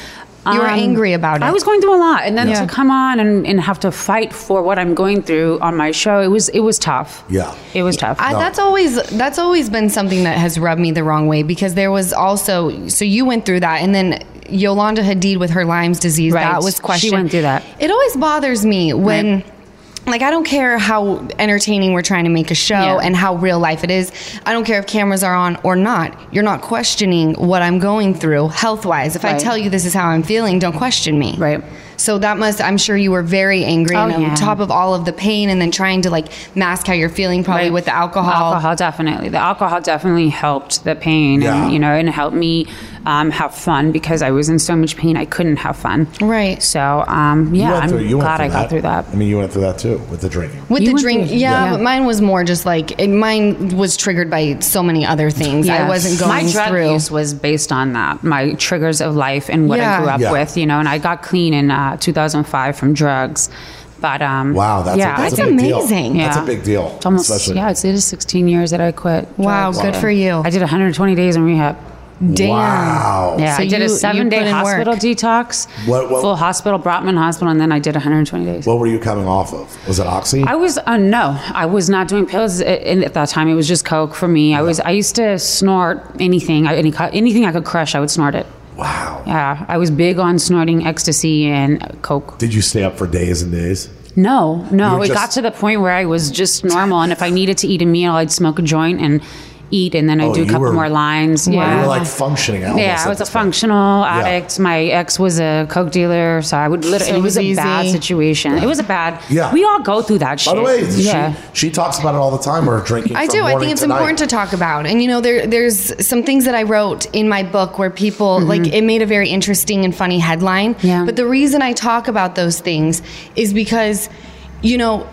Speaker 1: You were angry about it.
Speaker 5: I was going through a lot, and then
Speaker 1: Yeah.
Speaker 5: to come on and, and have to fight for what I'm going through on my show, it was it was tough.
Speaker 2: Yeah.
Speaker 5: it was tough.
Speaker 1: I, that's always that's always been something that has rubbed me the wrong way because there was also so you went through that and then Yolanda Hadid with her Lyme's disease
Speaker 5: Right.
Speaker 1: that was
Speaker 5: She
Speaker 1: questioned.
Speaker 5: went through that.
Speaker 1: It always bothers me when.
Speaker 5: Right.
Speaker 1: Like I don't care how entertaining we're trying to make a show
Speaker 5: Yeah.
Speaker 1: and how real life it is. I don't care if cameras are on or not. You're not questioning what I'm going through health wise. If I
Speaker 5: Right.
Speaker 1: tell you this is how I'm feeling, don't question me.
Speaker 5: Right.
Speaker 1: So that must I'm sure you were very angry
Speaker 5: Oh,
Speaker 1: and
Speaker 5: yeah.
Speaker 1: on top of all of the pain and then trying to like mask how you're feeling probably
Speaker 5: Right.
Speaker 1: with the alcohol.
Speaker 5: Alcohol definitely. The alcohol definitely helped the pain,
Speaker 2: Yeah.
Speaker 5: and you know, and helped me um, have fun because I was in so much pain I couldn't have fun.
Speaker 1: Right.
Speaker 5: So um,
Speaker 2: You
Speaker 5: yeah,
Speaker 2: went
Speaker 5: I'm
Speaker 2: through- you went
Speaker 5: glad I got through that.
Speaker 2: I mean, you went through that too with the drinking.
Speaker 1: With
Speaker 5: You
Speaker 1: the
Speaker 5: went
Speaker 1: drink,
Speaker 5: through-
Speaker 1: yeah,
Speaker 5: yeah.
Speaker 1: but mine was more just like it, mine was triggered by so many other things. I
Speaker 5: Yeah.
Speaker 1: wasn't going
Speaker 5: My drug
Speaker 1: through.
Speaker 5: use was based on that, my triggers of life and what
Speaker 1: Yeah.
Speaker 5: I grew up
Speaker 2: Yeah.
Speaker 5: with, you know. And I got clean in uh, 2005 from drugs, but um,
Speaker 2: Wow, that's
Speaker 5: yeah,
Speaker 2: a, that's,
Speaker 1: That's
Speaker 2: a big
Speaker 1: amazing.
Speaker 2: Deal. That's a
Speaker 5: Yeah.
Speaker 2: big deal.
Speaker 5: It's almost
Speaker 2: especially-
Speaker 5: yeah, it's, it is 16 years that I quit.
Speaker 1: Wow,
Speaker 5: drugs.
Speaker 1: good for you.
Speaker 5: I did 120 days in rehab.
Speaker 1: Damn.
Speaker 2: Wow.
Speaker 5: Yeah,
Speaker 1: So
Speaker 5: I
Speaker 1: you-
Speaker 5: did
Speaker 1: you
Speaker 5: a seven
Speaker 1: put
Speaker 5: day
Speaker 1: in work.
Speaker 5: hospital detox.
Speaker 2: What- what-
Speaker 5: Full hospital, Brotman Hospital, and then I did 120 days.
Speaker 2: What were you coming off of? Was it Oxy?
Speaker 5: I was uh, no, I was not doing pills at, at that time. It was just coke for me. I was I used to snort anything, I- any co- anything I could crush. I would snort it.
Speaker 2: wow.
Speaker 5: Yeah, I was big on snorting ecstasy and coke.
Speaker 2: Did you stay up for days and days?
Speaker 5: No,
Speaker 2: You
Speaker 5: no,
Speaker 2: were
Speaker 5: it
Speaker 2: just-
Speaker 5: got to the point where I was just normal, and if I needed to eat a meal, I'd smoke a joint and eat, and then I'd
Speaker 2: Oh,
Speaker 5: do a
Speaker 2: you
Speaker 5: couple
Speaker 2: were-
Speaker 5: more lines. Yeah,
Speaker 2: You were like functioning. Almost
Speaker 5: Yeah,
Speaker 2: at
Speaker 5: I was a
Speaker 2: this point.
Speaker 5: functional addict. My ex was a coke dealer, so I would literally.
Speaker 1: So
Speaker 5: it was
Speaker 1: easy.
Speaker 5: a bad situation. It was a bad.
Speaker 2: Yeah.
Speaker 5: we all go through that shit.
Speaker 2: By the way,
Speaker 5: yeah,
Speaker 2: she, she talks about it all the time. We're drinking.
Speaker 1: I
Speaker 2: from
Speaker 1: do. I
Speaker 2: morning
Speaker 1: think it's
Speaker 2: to night.
Speaker 1: important to talk about. And you know, there there's some things that I wrote in my book where people like it made a very interesting and funny headline.
Speaker 5: Mm-hmm. Yeah.
Speaker 1: But the reason I talk about those things is because, you know,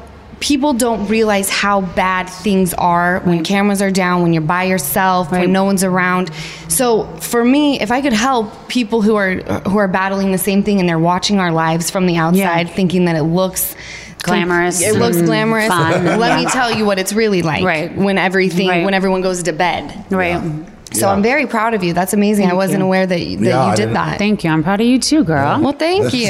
Speaker 1: people don't realize how bad things are when cameras are down, when you're by yourself,
Speaker 5: Right.
Speaker 1: when no one's around. So for me, if I could help people who are who are battling the same thing and they're watching our lives from the outside, thinking that it looks com-
Speaker 5: Glamorous
Speaker 1: it looks
Speaker 5: and
Speaker 1: glamorous.
Speaker 5: fun.
Speaker 1: Let me tell you what it's really like
Speaker 5: Right.
Speaker 1: when everything
Speaker 5: Right.
Speaker 1: when everyone goes to bed.
Speaker 5: Right.
Speaker 1: So
Speaker 2: Yeah.
Speaker 1: I'm very proud of you. That's amazing. I wasn't aware that, you- that
Speaker 2: Yeah, I
Speaker 1: you
Speaker 2: didn't-
Speaker 1: did that.
Speaker 5: Thank you. I'm proud of you too, girl.
Speaker 1: well, thank you.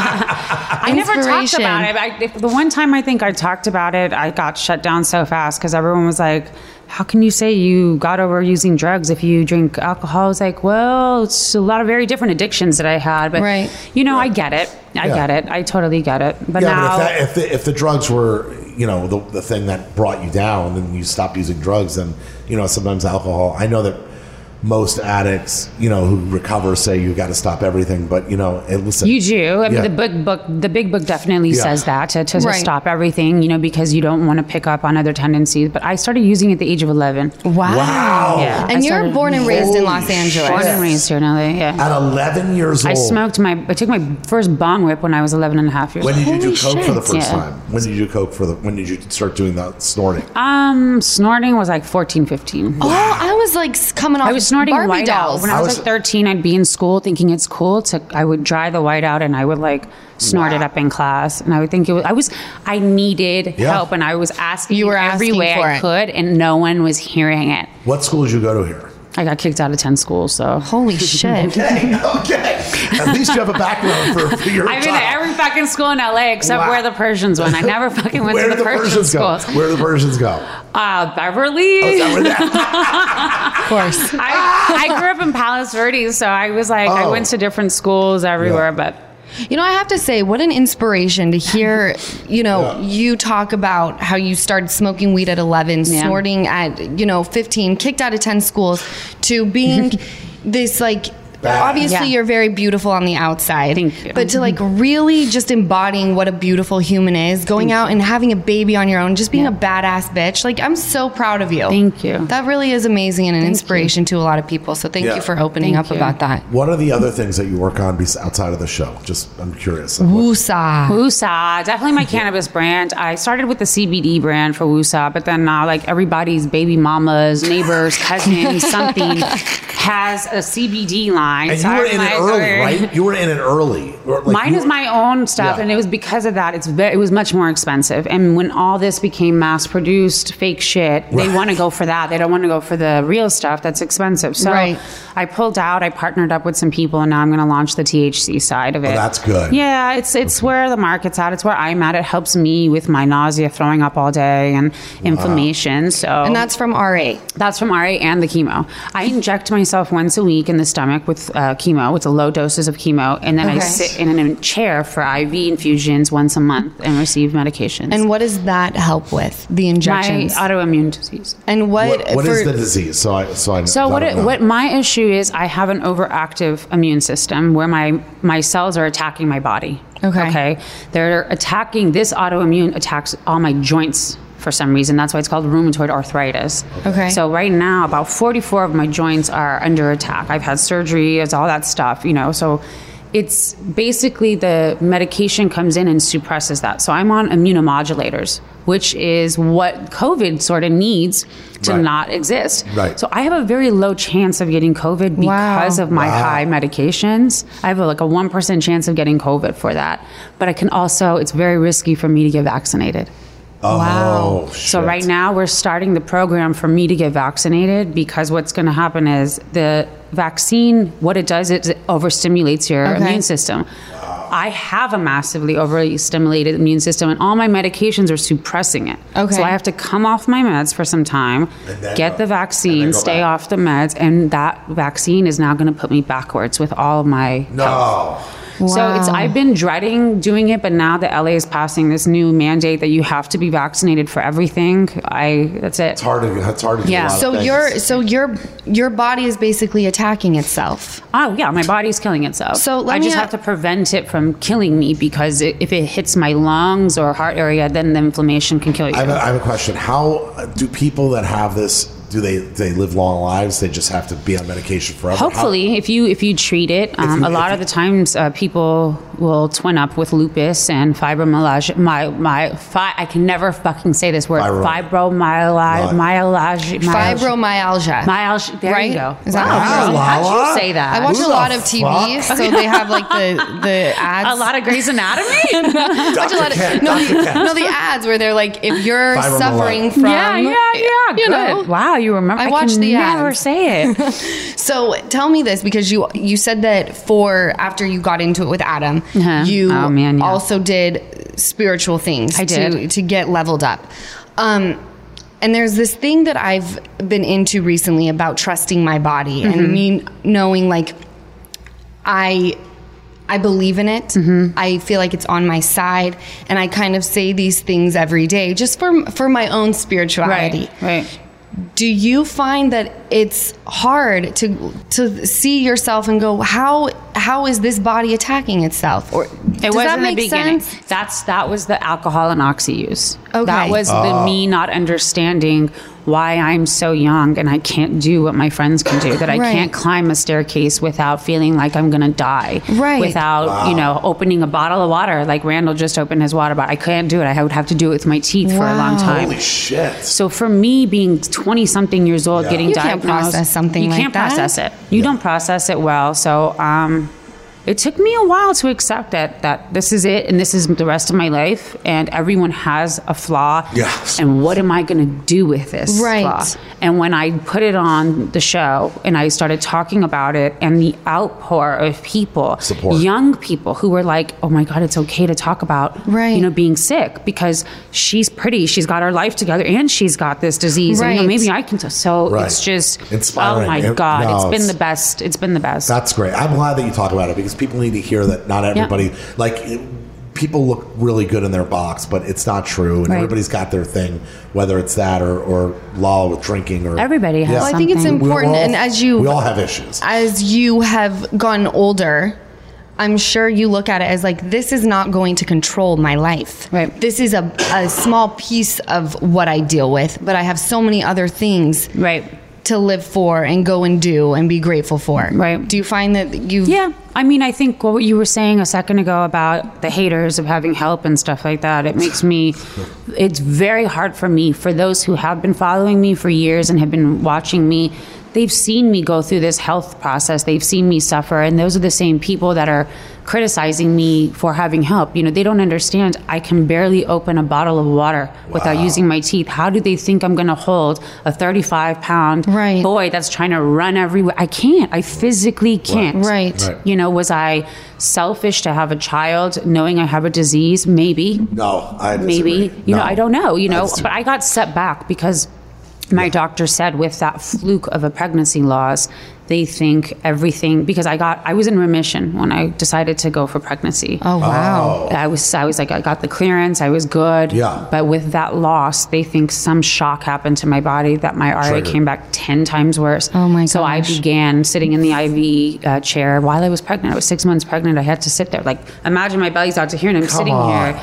Speaker 5: I never talked about it. I, if- the one time I think I talked about it, I got shut down so fast because everyone was like, "How can you say you got over using drugs if you drink alcohol?" I was like, "Well, it's a lot of very different addictions that I had, but
Speaker 1: Right.
Speaker 5: you know, I get it. I
Speaker 2: Yeah.
Speaker 5: get it. I totally get it." But
Speaker 2: yeah,
Speaker 5: now,
Speaker 2: but if, that, if, the, if the drugs were, you know, the, the thing that brought you down and you stopped using drugs, then, you know, sometimes alcohol, I know that most addicts, you know, who recover say you got to stop everything, but, you know, it, listen.
Speaker 5: You do. I mean,
Speaker 2: Yeah.
Speaker 5: the big book, the big book definitely
Speaker 2: Yeah.
Speaker 5: says that to, to, to
Speaker 1: Right.
Speaker 5: stop everything, you know, because you don't want to pick up on other tendencies. But I started using it at the age of 11.
Speaker 1: Wow.
Speaker 2: Wow.
Speaker 5: Yeah. I
Speaker 1: And you were
Speaker 5: started-
Speaker 1: born and raised in
Speaker 2: Holy
Speaker 1: Los Angeles.
Speaker 5: Born and raised here in LA. Yeah.
Speaker 2: At 11 years old.
Speaker 5: I smoked my, I took my first bong whip when I was 11 and a half years
Speaker 2: When
Speaker 5: old.
Speaker 2: did you do coke for the first
Speaker 5: Yeah.
Speaker 2: time? When did you do coke for the? When did you start doing that snorting?
Speaker 5: Um, snorting was like 14, 15.
Speaker 1: Oh, I was like s- coming off.
Speaker 5: I was snorting
Speaker 1: Barbie
Speaker 5: white out.
Speaker 1: dolls.
Speaker 5: When I was,
Speaker 2: was-
Speaker 5: like 13, I'd be in school thinking it's cool to, I would dry the white out and I would like snort it up in class. And I would think it was, I was, I needed
Speaker 2: Yeah.
Speaker 5: help and I was asking
Speaker 1: You were
Speaker 5: every
Speaker 1: asking
Speaker 5: way
Speaker 1: for
Speaker 5: I
Speaker 1: it.
Speaker 5: could and no one was hearing it.
Speaker 2: What school did you go to here?
Speaker 5: I got kicked out of 10 schools, so.
Speaker 1: Holy shit!
Speaker 2: Okay, okay. At least you have a background for, for your
Speaker 5: I've been
Speaker 2: child.
Speaker 5: to every fucking school in LA except
Speaker 2: Wow.
Speaker 5: where the Persians went. I never fucking went
Speaker 2: Where
Speaker 5: to
Speaker 2: did
Speaker 5: the,
Speaker 2: the
Speaker 5: Persian
Speaker 2: Persians go? Oh,
Speaker 5: schools.
Speaker 2: Where did the Persians go?
Speaker 5: Uh, Beverly.
Speaker 2: Is that where that-
Speaker 1: Of course.
Speaker 5: I, I grew up in Palos Verdes, so I was like, I
Speaker 2: Oh.
Speaker 5: went to different schools everywhere, but
Speaker 1: You know, I have to say, what an inspiration to hear. You know,
Speaker 2: Yeah.
Speaker 1: you talk about how you started smoking weed at eleven,
Speaker 5: Yeah.
Speaker 1: snorting at you know fifteen, kicked out of ten schools, to being this like.
Speaker 2: Bad.
Speaker 1: Obviously,
Speaker 5: Yeah.
Speaker 1: you're very beautiful on the outside,
Speaker 5: Thank you.
Speaker 1: but to like really just embodying what a beautiful human is, going out and having a baby on your own, just being a badass bitch. Like I'm so proud of you.
Speaker 5: Thank you.
Speaker 1: That really is amazing and an inspiration to a lot of people. So thank
Speaker 2: Yeah.
Speaker 1: you for opening
Speaker 5: Thank
Speaker 1: up
Speaker 5: you.
Speaker 1: about that.
Speaker 2: What are the other things that you work on bes- outside of the show? Just I'm curious. Like, what-
Speaker 1: Woosa.
Speaker 5: Wusa, definitely my cannabis brand. I started with the CBD brand for Wusa, but then now like everybody's baby mamas, neighbors, cousins, something has a CBD line.
Speaker 2: and
Speaker 5: So
Speaker 2: you
Speaker 5: I
Speaker 2: were
Speaker 5: was
Speaker 2: in it
Speaker 5: like,
Speaker 2: early,
Speaker 5: okay.
Speaker 2: right? You were in it early. Or, like,
Speaker 5: Mine
Speaker 2: you
Speaker 5: is
Speaker 2: were-
Speaker 5: my own stuff,
Speaker 2: Yeah.
Speaker 5: and it was because of that. It's very, it was much more expensive, and when all this became mass produced, fake shit, they
Speaker 2: Right.
Speaker 5: want to go for that. They don't want to go for the real stuff that's expensive. So
Speaker 1: Right.
Speaker 5: I pulled out. I partnered up with some people, and now I'm going to launch the THC side of it.
Speaker 2: that's good.
Speaker 5: Yeah, it's it's where the market's at. It's where I'm at. It helps me with my nausea, throwing up all day, and inflammation. So
Speaker 1: And that's from RA.
Speaker 5: that's from RA and the chemo. I inject myself once a week in the stomach with uh, chemo. It's a low doses of chemo, and then I
Speaker 1: Okay.
Speaker 5: sit in a chair for IV infusions once a month and receive medications.
Speaker 1: And what does that help with? The
Speaker 5: my
Speaker 1: injections.
Speaker 5: autoimmune disease.
Speaker 1: and what,
Speaker 2: What, what is
Speaker 1: for-
Speaker 2: the disease? So I so I
Speaker 5: So what?
Speaker 2: I
Speaker 5: It,
Speaker 2: don't know.
Speaker 5: what my issue is, I have an overactive immune system where my my cells are attacking my body.
Speaker 1: Okay.
Speaker 5: Okay. They're attacking. This autoimmune attacks all my joints for some reason. That's why it's called rheumatoid arthritis.
Speaker 1: Okay.
Speaker 5: So right now, about 44 of my joints are under attack. I've had surgery. It's all that stuff. You know. So. It's basically the medication comes in and suppresses that. So I'm on immunomodulators, which is what COVID sort of needs to
Speaker 2: Right.
Speaker 5: not exist.
Speaker 2: Right.
Speaker 5: So I have a very low chance of getting COVID
Speaker 1: Wow.
Speaker 5: because of my high medications. I have like a 1% chance of getting COVID for that. But I can also, it's very risky for me to get vaccinated.
Speaker 2: Oh,
Speaker 1: Wow.
Speaker 5: So
Speaker 2: shit.
Speaker 5: right now we're starting the program for me to get vaccinated because what's going to happen is the vaccine what it does is it overstimulates your
Speaker 1: Okay.
Speaker 5: immune system. I have a massively overstimulated immune system and all my medications are suppressing it.
Speaker 1: Okay.
Speaker 5: So I have to come off my meds for some time,
Speaker 2: then
Speaker 5: get
Speaker 2: go-
Speaker 5: the
Speaker 2: and then
Speaker 5: vaccine,
Speaker 2: go
Speaker 5: stay
Speaker 2: back.
Speaker 5: off the meds and that vaccine is now going to put me backwards with all of my
Speaker 2: No.
Speaker 5: so it's
Speaker 1: Wow.
Speaker 5: I've been dreading doing it, but now that LA is passing this new mandate that you have to be vaccinated for everything. I that's it.
Speaker 2: It's hard to it's hard to
Speaker 5: Yeah.
Speaker 2: do a lot of
Speaker 1: so
Speaker 2: things.
Speaker 1: your so your your body is basically attacking itself.
Speaker 5: Oh yeah, my body's killing itself.
Speaker 1: So let
Speaker 5: I
Speaker 1: me
Speaker 5: just
Speaker 1: a-
Speaker 5: have to prevent it from killing me because it, if it hits my lungs or heart area, then the inflammation can kill you.
Speaker 2: I have, a, I have a question. How do people that have this do they they live long lives? They just have to be on medication forever. How-
Speaker 5: Hopefully, if you if you treat it, um,
Speaker 2: you-
Speaker 5: a lot
Speaker 2: if
Speaker 5: of the times uh, people will twin up with lupus and fibromyalgia. My my fi, I can never fucking say this word.
Speaker 2: Fibro-
Speaker 5: Fibromyalgia. Myalgia.
Speaker 1: Fibromyalgia.
Speaker 5: Myalgia. There
Speaker 1: Right?
Speaker 5: you go.
Speaker 1: Is that
Speaker 5: Wow,
Speaker 1: how-
Speaker 5: how'd
Speaker 2: Lala?
Speaker 5: you say that?
Speaker 1: I watch
Speaker 2: Who
Speaker 1: a
Speaker 2: the
Speaker 1: lot of TV, so they have like the the ads.
Speaker 5: a lot of Grey's Anatomy.
Speaker 1: Watch a lot of-
Speaker 2: Cat,
Speaker 1: no,
Speaker 2: Dr.
Speaker 1: the,
Speaker 2: Cat.
Speaker 1: no, the ads where they're like, if you're
Speaker 2: Fibromyalgia.
Speaker 1: suffering from,
Speaker 5: yeah, yeah, yeah.
Speaker 1: you
Speaker 5: good.
Speaker 1: know.
Speaker 5: wow, you remember?
Speaker 1: I watched
Speaker 5: can
Speaker 1: the ads.
Speaker 5: Never say it.
Speaker 1: So tell me this because you you said that for after you got into it with Adam,
Speaker 5: Uh-huh.
Speaker 1: you
Speaker 5: Oh, man, yeah.
Speaker 1: also did spiritual things
Speaker 5: I
Speaker 1: to
Speaker 5: did.
Speaker 1: to get leveled up. Um, and there's this thing that I've been into recently about trusting my body
Speaker 5: Mm-hmm.
Speaker 1: and me knowing like I I believe in it.
Speaker 5: Mm-hmm.
Speaker 1: I feel like it's on my side, and I kind of say these things every day just for for my own spirituality.
Speaker 5: right.
Speaker 1: Do you find that it's hard to to see yourself and go how how is this body attacking itself? Or
Speaker 5: It
Speaker 1: does
Speaker 5: was
Speaker 1: that
Speaker 5: in the
Speaker 1: make
Speaker 5: beginning.
Speaker 1: sense?
Speaker 5: That's that was the alcohol and oxy use.
Speaker 1: Okay.
Speaker 5: That was the me not understanding why I'm so young and I can't do what my friends can do. That I
Speaker 1: Right.
Speaker 5: can't climb a staircase without feeling like I'm gonna die.
Speaker 1: Right.
Speaker 5: Without you know opening a bottle of water like Randall just opened his water bottle. I can't do it. I would have to do it with my teeth for a long
Speaker 1: Wow.
Speaker 5: time.
Speaker 2: Holy shit.
Speaker 5: So for me, being twenty something years old, getting
Speaker 1: You can't
Speaker 5: diagnosed,
Speaker 1: process something
Speaker 5: you
Speaker 1: like
Speaker 5: can't
Speaker 1: that.
Speaker 5: process it. You don't process it well. So um, it took me a while to accept that that this is it and this is the rest of my life, and everyone has a flaw.
Speaker 2: Yes.
Speaker 5: And what am I going to do with this
Speaker 1: Right.
Speaker 5: flaw? And when I put it on the show and I started talking about it, and the outpour of people,
Speaker 2: Support.
Speaker 5: young people who were like, "Oh my God, it's okay to talk about,"
Speaker 1: Right.
Speaker 5: You know, being sick because she's pretty, she's got her life together, and she's got this disease. And, you know,
Speaker 1: Right.
Speaker 5: maybe I can. T- so
Speaker 2: Right.
Speaker 5: it's just
Speaker 2: Inspiring.
Speaker 5: Oh my
Speaker 2: It-
Speaker 5: god,
Speaker 2: no,
Speaker 5: it's
Speaker 2: it's-
Speaker 5: been the best. It's been the best.
Speaker 2: That's great. I'm glad that you talk about it because people need to hear that not everybody like it- people look really good in their box, but it's not true. And
Speaker 5: Right.
Speaker 2: everybody's got their thing, whether it's that or or lol with drinking or
Speaker 5: Everybody has
Speaker 1: Well, I think it's
Speaker 5: something.
Speaker 2: We- we're
Speaker 1: important,
Speaker 2: all-
Speaker 1: and as you
Speaker 2: we all have issues.
Speaker 1: as you have gotten older, I'm sure you look at it as like, this is not going to control my life.
Speaker 5: Right.
Speaker 1: This is a, a small piece of what I deal with, but I have so many other things
Speaker 5: right.
Speaker 1: to live for and go and do and be grateful for.
Speaker 5: Right.
Speaker 1: Do you find that you've.
Speaker 5: Yeah, I mean, I think what you were saying a second ago about the haters of having help and stuff like that, it makes me, it's very hard for me, for those who have been following me for years and have been watching me, they've seen me go through this health process, they've seen me suffer, and those are the same people that are criticizing me for having help. You know, they don't understand I can barely open a bottle of water without using my teeth. How do they think I'm going to hold a 35 pound
Speaker 1: Right.
Speaker 5: boy that's trying to run everywhere? I can't. I physically can't.
Speaker 1: Right.
Speaker 2: Right.
Speaker 5: You know, was I selfish to have a child knowing I have a disease? Maybe.
Speaker 2: no, I
Speaker 5: Maybe.
Speaker 2: disagree.
Speaker 5: You know,
Speaker 2: No.
Speaker 5: I don't know, you know,
Speaker 2: That's-
Speaker 5: but I got set back because my doctor said with that fluke of a pregnancy loss, they think everything because I got I was in remission when I decided to go for pregnancy.
Speaker 1: Oh, wow.
Speaker 5: I was I was like I got the clearance, I was good.
Speaker 2: Yeah.
Speaker 5: But with that loss, they think some shock happened to my body that my RA
Speaker 2: Triggered.
Speaker 5: came back ten times worse.
Speaker 1: Oh, my
Speaker 5: So I
Speaker 1: gosh.
Speaker 5: began sitting in the IV uh, chair while I was pregnant. I was six months pregnant. I had to sit there. Like imagine my belly's out to here and I'm sitting
Speaker 2: on.
Speaker 5: here.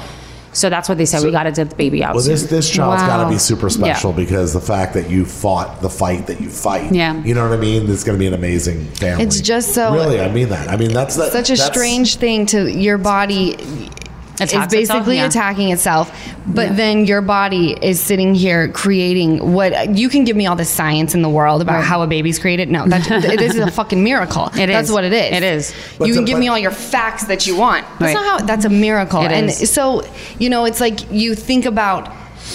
Speaker 5: So that's what they said. we got to get the baby out.
Speaker 2: Well, this
Speaker 5: soon.
Speaker 2: this child's
Speaker 1: Wow.
Speaker 2: got to be super
Speaker 5: Yeah.
Speaker 2: special because the fact that you fought the fight that you fight,
Speaker 5: Yeah.
Speaker 2: you know what I mean. This is going to be an amazing family.
Speaker 1: It's just so-
Speaker 2: Really, I mean that. I mean that's that,
Speaker 1: such a
Speaker 2: that's-
Speaker 1: strange thing to your body is
Speaker 5: Attacks itself?
Speaker 1: basically
Speaker 5: Yeah.
Speaker 1: attacking itself but then your body is sitting here creating what you can give me all the science in the world about how a baby's created no that this is a fucking miracle
Speaker 5: It
Speaker 1: that's
Speaker 5: is.
Speaker 1: what it is
Speaker 5: It is.
Speaker 1: you
Speaker 2: But
Speaker 1: can
Speaker 2: the-
Speaker 1: give
Speaker 2: but-
Speaker 1: me all your facts that you want that's
Speaker 5: Right.
Speaker 1: not how that's a miracle
Speaker 5: It
Speaker 1: and
Speaker 5: is.
Speaker 1: so you know it's like you think about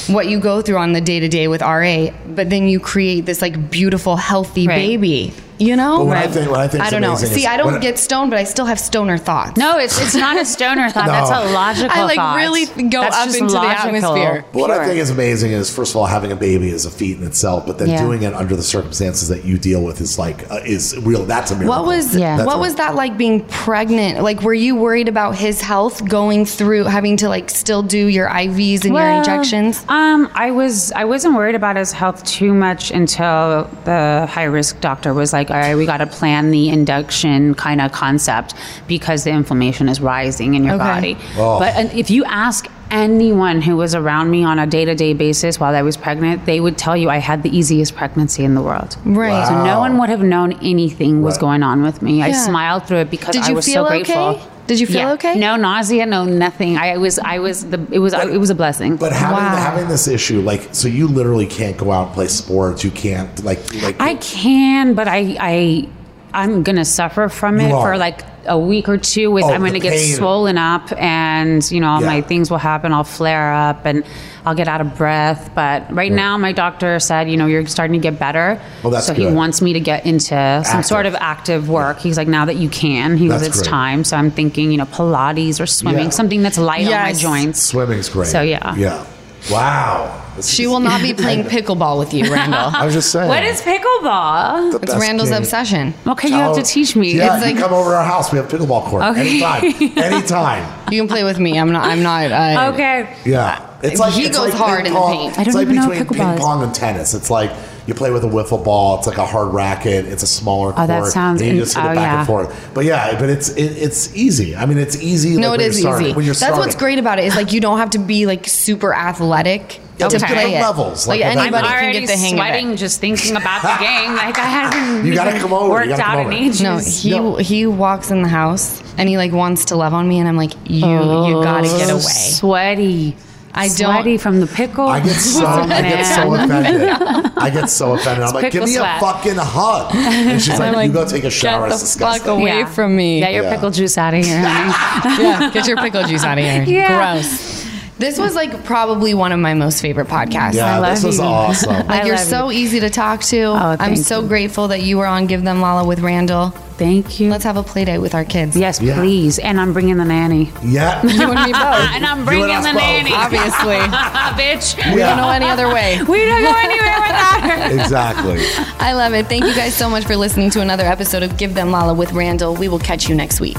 Speaker 1: what you go through on the day to day with RA but then you create this like beautiful healthy
Speaker 5: Right.
Speaker 1: baby you know
Speaker 2: But what I think- what I think's
Speaker 1: don't know
Speaker 2: amazing is
Speaker 1: see I don't
Speaker 2: when-
Speaker 1: get stoned but I still have stoner thoughts
Speaker 5: no, it's it's not a stoner thought. That's a
Speaker 2: No.
Speaker 5: logical
Speaker 1: I, like,
Speaker 5: thought.
Speaker 1: really go
Speaker 5: That's
Speaker 1: up
Speaker 5: just
Speaker 1: into the atmosphere.
Speaker 2: But What I think is amazing is, first of all, having a baby is a feat in itself, but then
Speaker 5: Yeah.
Speaker 2: doing it under the circumstances that you deal with is like uh, is real. That's a miracle.
Speaker 1: What was
Speaker 5: Yeah.
Speaker 1: what
Speaker 5: That's
Speaker 1: was
Speaker 2: right.
Speaker 1: that like being pregnant? Like were you worried about his health going through having to like still do your IVs and your
Speaker 5: Well,
Speaker 1: injections?
Speaker 5: Um, I was I wasn't worried about his health too much until the high risk doctor was like, "All right, we got to plan the induction kind of concept because the inflammation is rising in your
Speaker 1: Okay.
Speaker 5: body."
Speaker 2: Oh.
Speaker 5: But and if you ask anyone who was around me on a day to day basis while I was pregnant, they would tell you I had the easiest pregnancy in the world.
Speaker 4: Right.
Speaker 5: So no
Speaker 2: Wow.
Speaker 5: one would have known anything was
Speaker 2: Right.
Speaker 5: going on with me. I
Speaker 4: Yeah.
Speaker 5: smiled through it because
Speaker 4: Did
Speaker 5: I
Speaker 4: you
Speaker 5: was
Speaker 4: feel
Speaker 5: so
Speaker 4: okay?
Speaker 5: grateful.
Speaker 4: Did you feel
Speaker 5: Yeah.
Speaker 4: okay?
Speaker 5: No nausea, no nothing. I was, I was the, it was, it was a blessing.
Speaker 2: But having
Speaker 4: Wow.
Speaker 2: having this issue, like, so you literally can't go out and play sports. You can't like like
Speaker 5: I can, but I, I, I'm gonna suffer from it
Speaker 2: You are.
Speaker 5: for like a week or two. With
Speaker 2: Oh,
Speaker 5: I'm gonna
Speaker 2: the
Speaker 5: get
Speaker 2: pain.
Speaker 5: swollen up, and you know all my
Speaker 2: Yeah.
Speaker 5: things will happen. I'll flare up, and I'll get out of breath. But right now, my doctor said, you know, you're starting to get better.
Speaker 2: Well, that's
Speaker 5: so he
Speaker 2: good.
Speaker 5: wants me to get into some sort
Speaker 2: Active.
Speaker 5: of active work. He's like, now that you can, he goes,
Speaker 2: That's
Speaker 5: it's
Speaker 2: great.
Speaker 5: time. So I'm thinking, you know, Pilates or swimming,
Speaker 2: Yeah.
Speaker 5: something that's light on my
Speaker 4: Yes.
Speaker 5: joints.
Speaker 2: swimming's great.
Speaker 5: So, yeah.
Speaker 2: yeah. Wow. This
Speaker 4: She
Speaker 2: is
Speaker 4: will not be playing pickleball with you, Randall.
Speaker 2: I was just saying.
Speaker 5: What is pickleball?
Speaker 2: the
Speaker 4: It's
Speaker 2: best
Speaker 4: Randall's
Speaker 2: game?
Speaker 4: obsession.
Speaker 5: Okay, you have to
Speaker 2: Oh,
Speaker 5: teach me.
Speaker 2: Yeah,
Speaker 4: It's
Speaker 2: you
Speaker 4: like-
Speaker 2: come over to our house. We have pickleball court
Speaker 5: Okay.
Speaker 2: anytime. Anytime.
Speaker 4: You can play with me. I'm not. I'm not. Uh,
Speaker 5: okay.
Speaker 2: Yeah,
Speaker 4: He
Speaker 2: it's
Speaker 4: goes hard
Speaker 2: ping
Speaker 4: in the
Speaker 2: pong.
Speaker 4: paint.
Speaker 5: I
Speaker 2: it's
Speaker 5: don't
Speaker 2: like
Speaker 5: even know what
Speaker 2: between
Speaker 5: pickleball
Speaker 2: ping
Speaker 5: is.
Speaker 2: pong and tennis. It's like you play with a wiffle ball. It's like a hard racket. It's a smaller.
Speaker 5: Oh, that
Speaker 2: court,
Speaker 5: sounds
Speaker 2: And you
Speaker 5: in-
Speaker 2: just hit it
Speaker 5: oh,
Speaker 2: back
Speaker 5: yeah.
Speaker 2: and forth. But yeah, but it's it, it's easy. I mean, it's easy. like,
Speaker 4: No, it
Speaker 2: when
Speaker 4: is
Speaker 2: you're starting-
Speaker 4: easy.
Speaker 2: When you're
Speaker 4: That's what's
Speaker 2: starting.
Speaker 4: great about it is like you don't have to be like super athletic to
Speaker 5: Okay.
Speaker 4: play it.
Speaker 2: Levels,
Speaker 4: like,
Speaker 2: like, at that
Speaker 4: anybody
Speaker 5: I'm
Speaker 4: can
Speaker 5: already
Speaker 4: get the hang
Speaker 5: sweating
Speaker 4: of it.
Speaker 5: just thinking about the game. Like I haven't
Speaker 2: You gotta
Speaker 5: even
Speaker 2: come over, you
Speaker 5: worked
Speaker 2: gotta come
Speaker 5: out
Speaker 2: over.
Speaker 5: in ages.
Speaker 4: No, he he walks in the house and he like wants to love on me, and I'm like, you
Speaker 5: Oh.
Speaker 4: you gotta get away.
Speaker 5: Sweaty.
Speaker 4: I don't-
Speaker 5: sweaty from the pickle.
Speaker 2: I get so I get so
Speaker 5: Man.
Speaker 2: offended. I get so offended. I'm like, give
Speaker 5: pickle
Speaker 2: me
Speaker 5: sweat.
Speaker 2: a fucking hug. And she's like, you go take a shower.
Speaker 4: the
Speaker 2: It's disgusting.
Speaker 4: fuck away from me.
Speaker 5: Get your
Speaker 2: Yeah.
Speaker 5: pickle juice out of here. honey.
Speaker 4: yeah, get your pickle juice out of here.
Speaker 5: Yeah.
Speaker 4: Gross. This was like probably one of my most favorite podcasts.
Speaker 2: Yeah,
Speaker 5: I
Speaker 2: this
Speaker 5: love
Speaker 2: was
Speaker 5: you.
Speaker 2: awesome.
Speaker 4: Like
Speaker 5: I
Speaker 4: you're
Speaker 5: love
Speaker 4: so easy to talk to. I'm
Speaker 5: thank
Speaker 4: so
Speaker 5: you.
Speaker 4: grateful that Oh, you were on Give Them Lala with Randall.
Speaker 5: Thank you.
Speaker 4: Let's have a play date with our kids.
Speaker 5: yes,
Speaker 2: Yeah.
Speaker 5: please. And I'm bringing the nanny.
Speaker 2: Yeah.
Speaker 4: You and me both.
Speaker 5: And I'm
Speaker 2: bringing
Speaker 5: bringing
Speaker 2: and us the
Speaker 5: the
Speaker 2: both. nanny.
Speaker 5: nanny.
Speaker 4: Obviously.
Speaker 5: bitch.
Speaker 4: We
Speaker 2: Yeah.
Speaker 4: don't know any other way.
Speaker 5: We don't go anywhere without her.
Speaker 2: Exactly.
Speaker 4: I love it. Thank you guys so much for listening to another episode of Give Them Lala with Randall. We will catch you next week.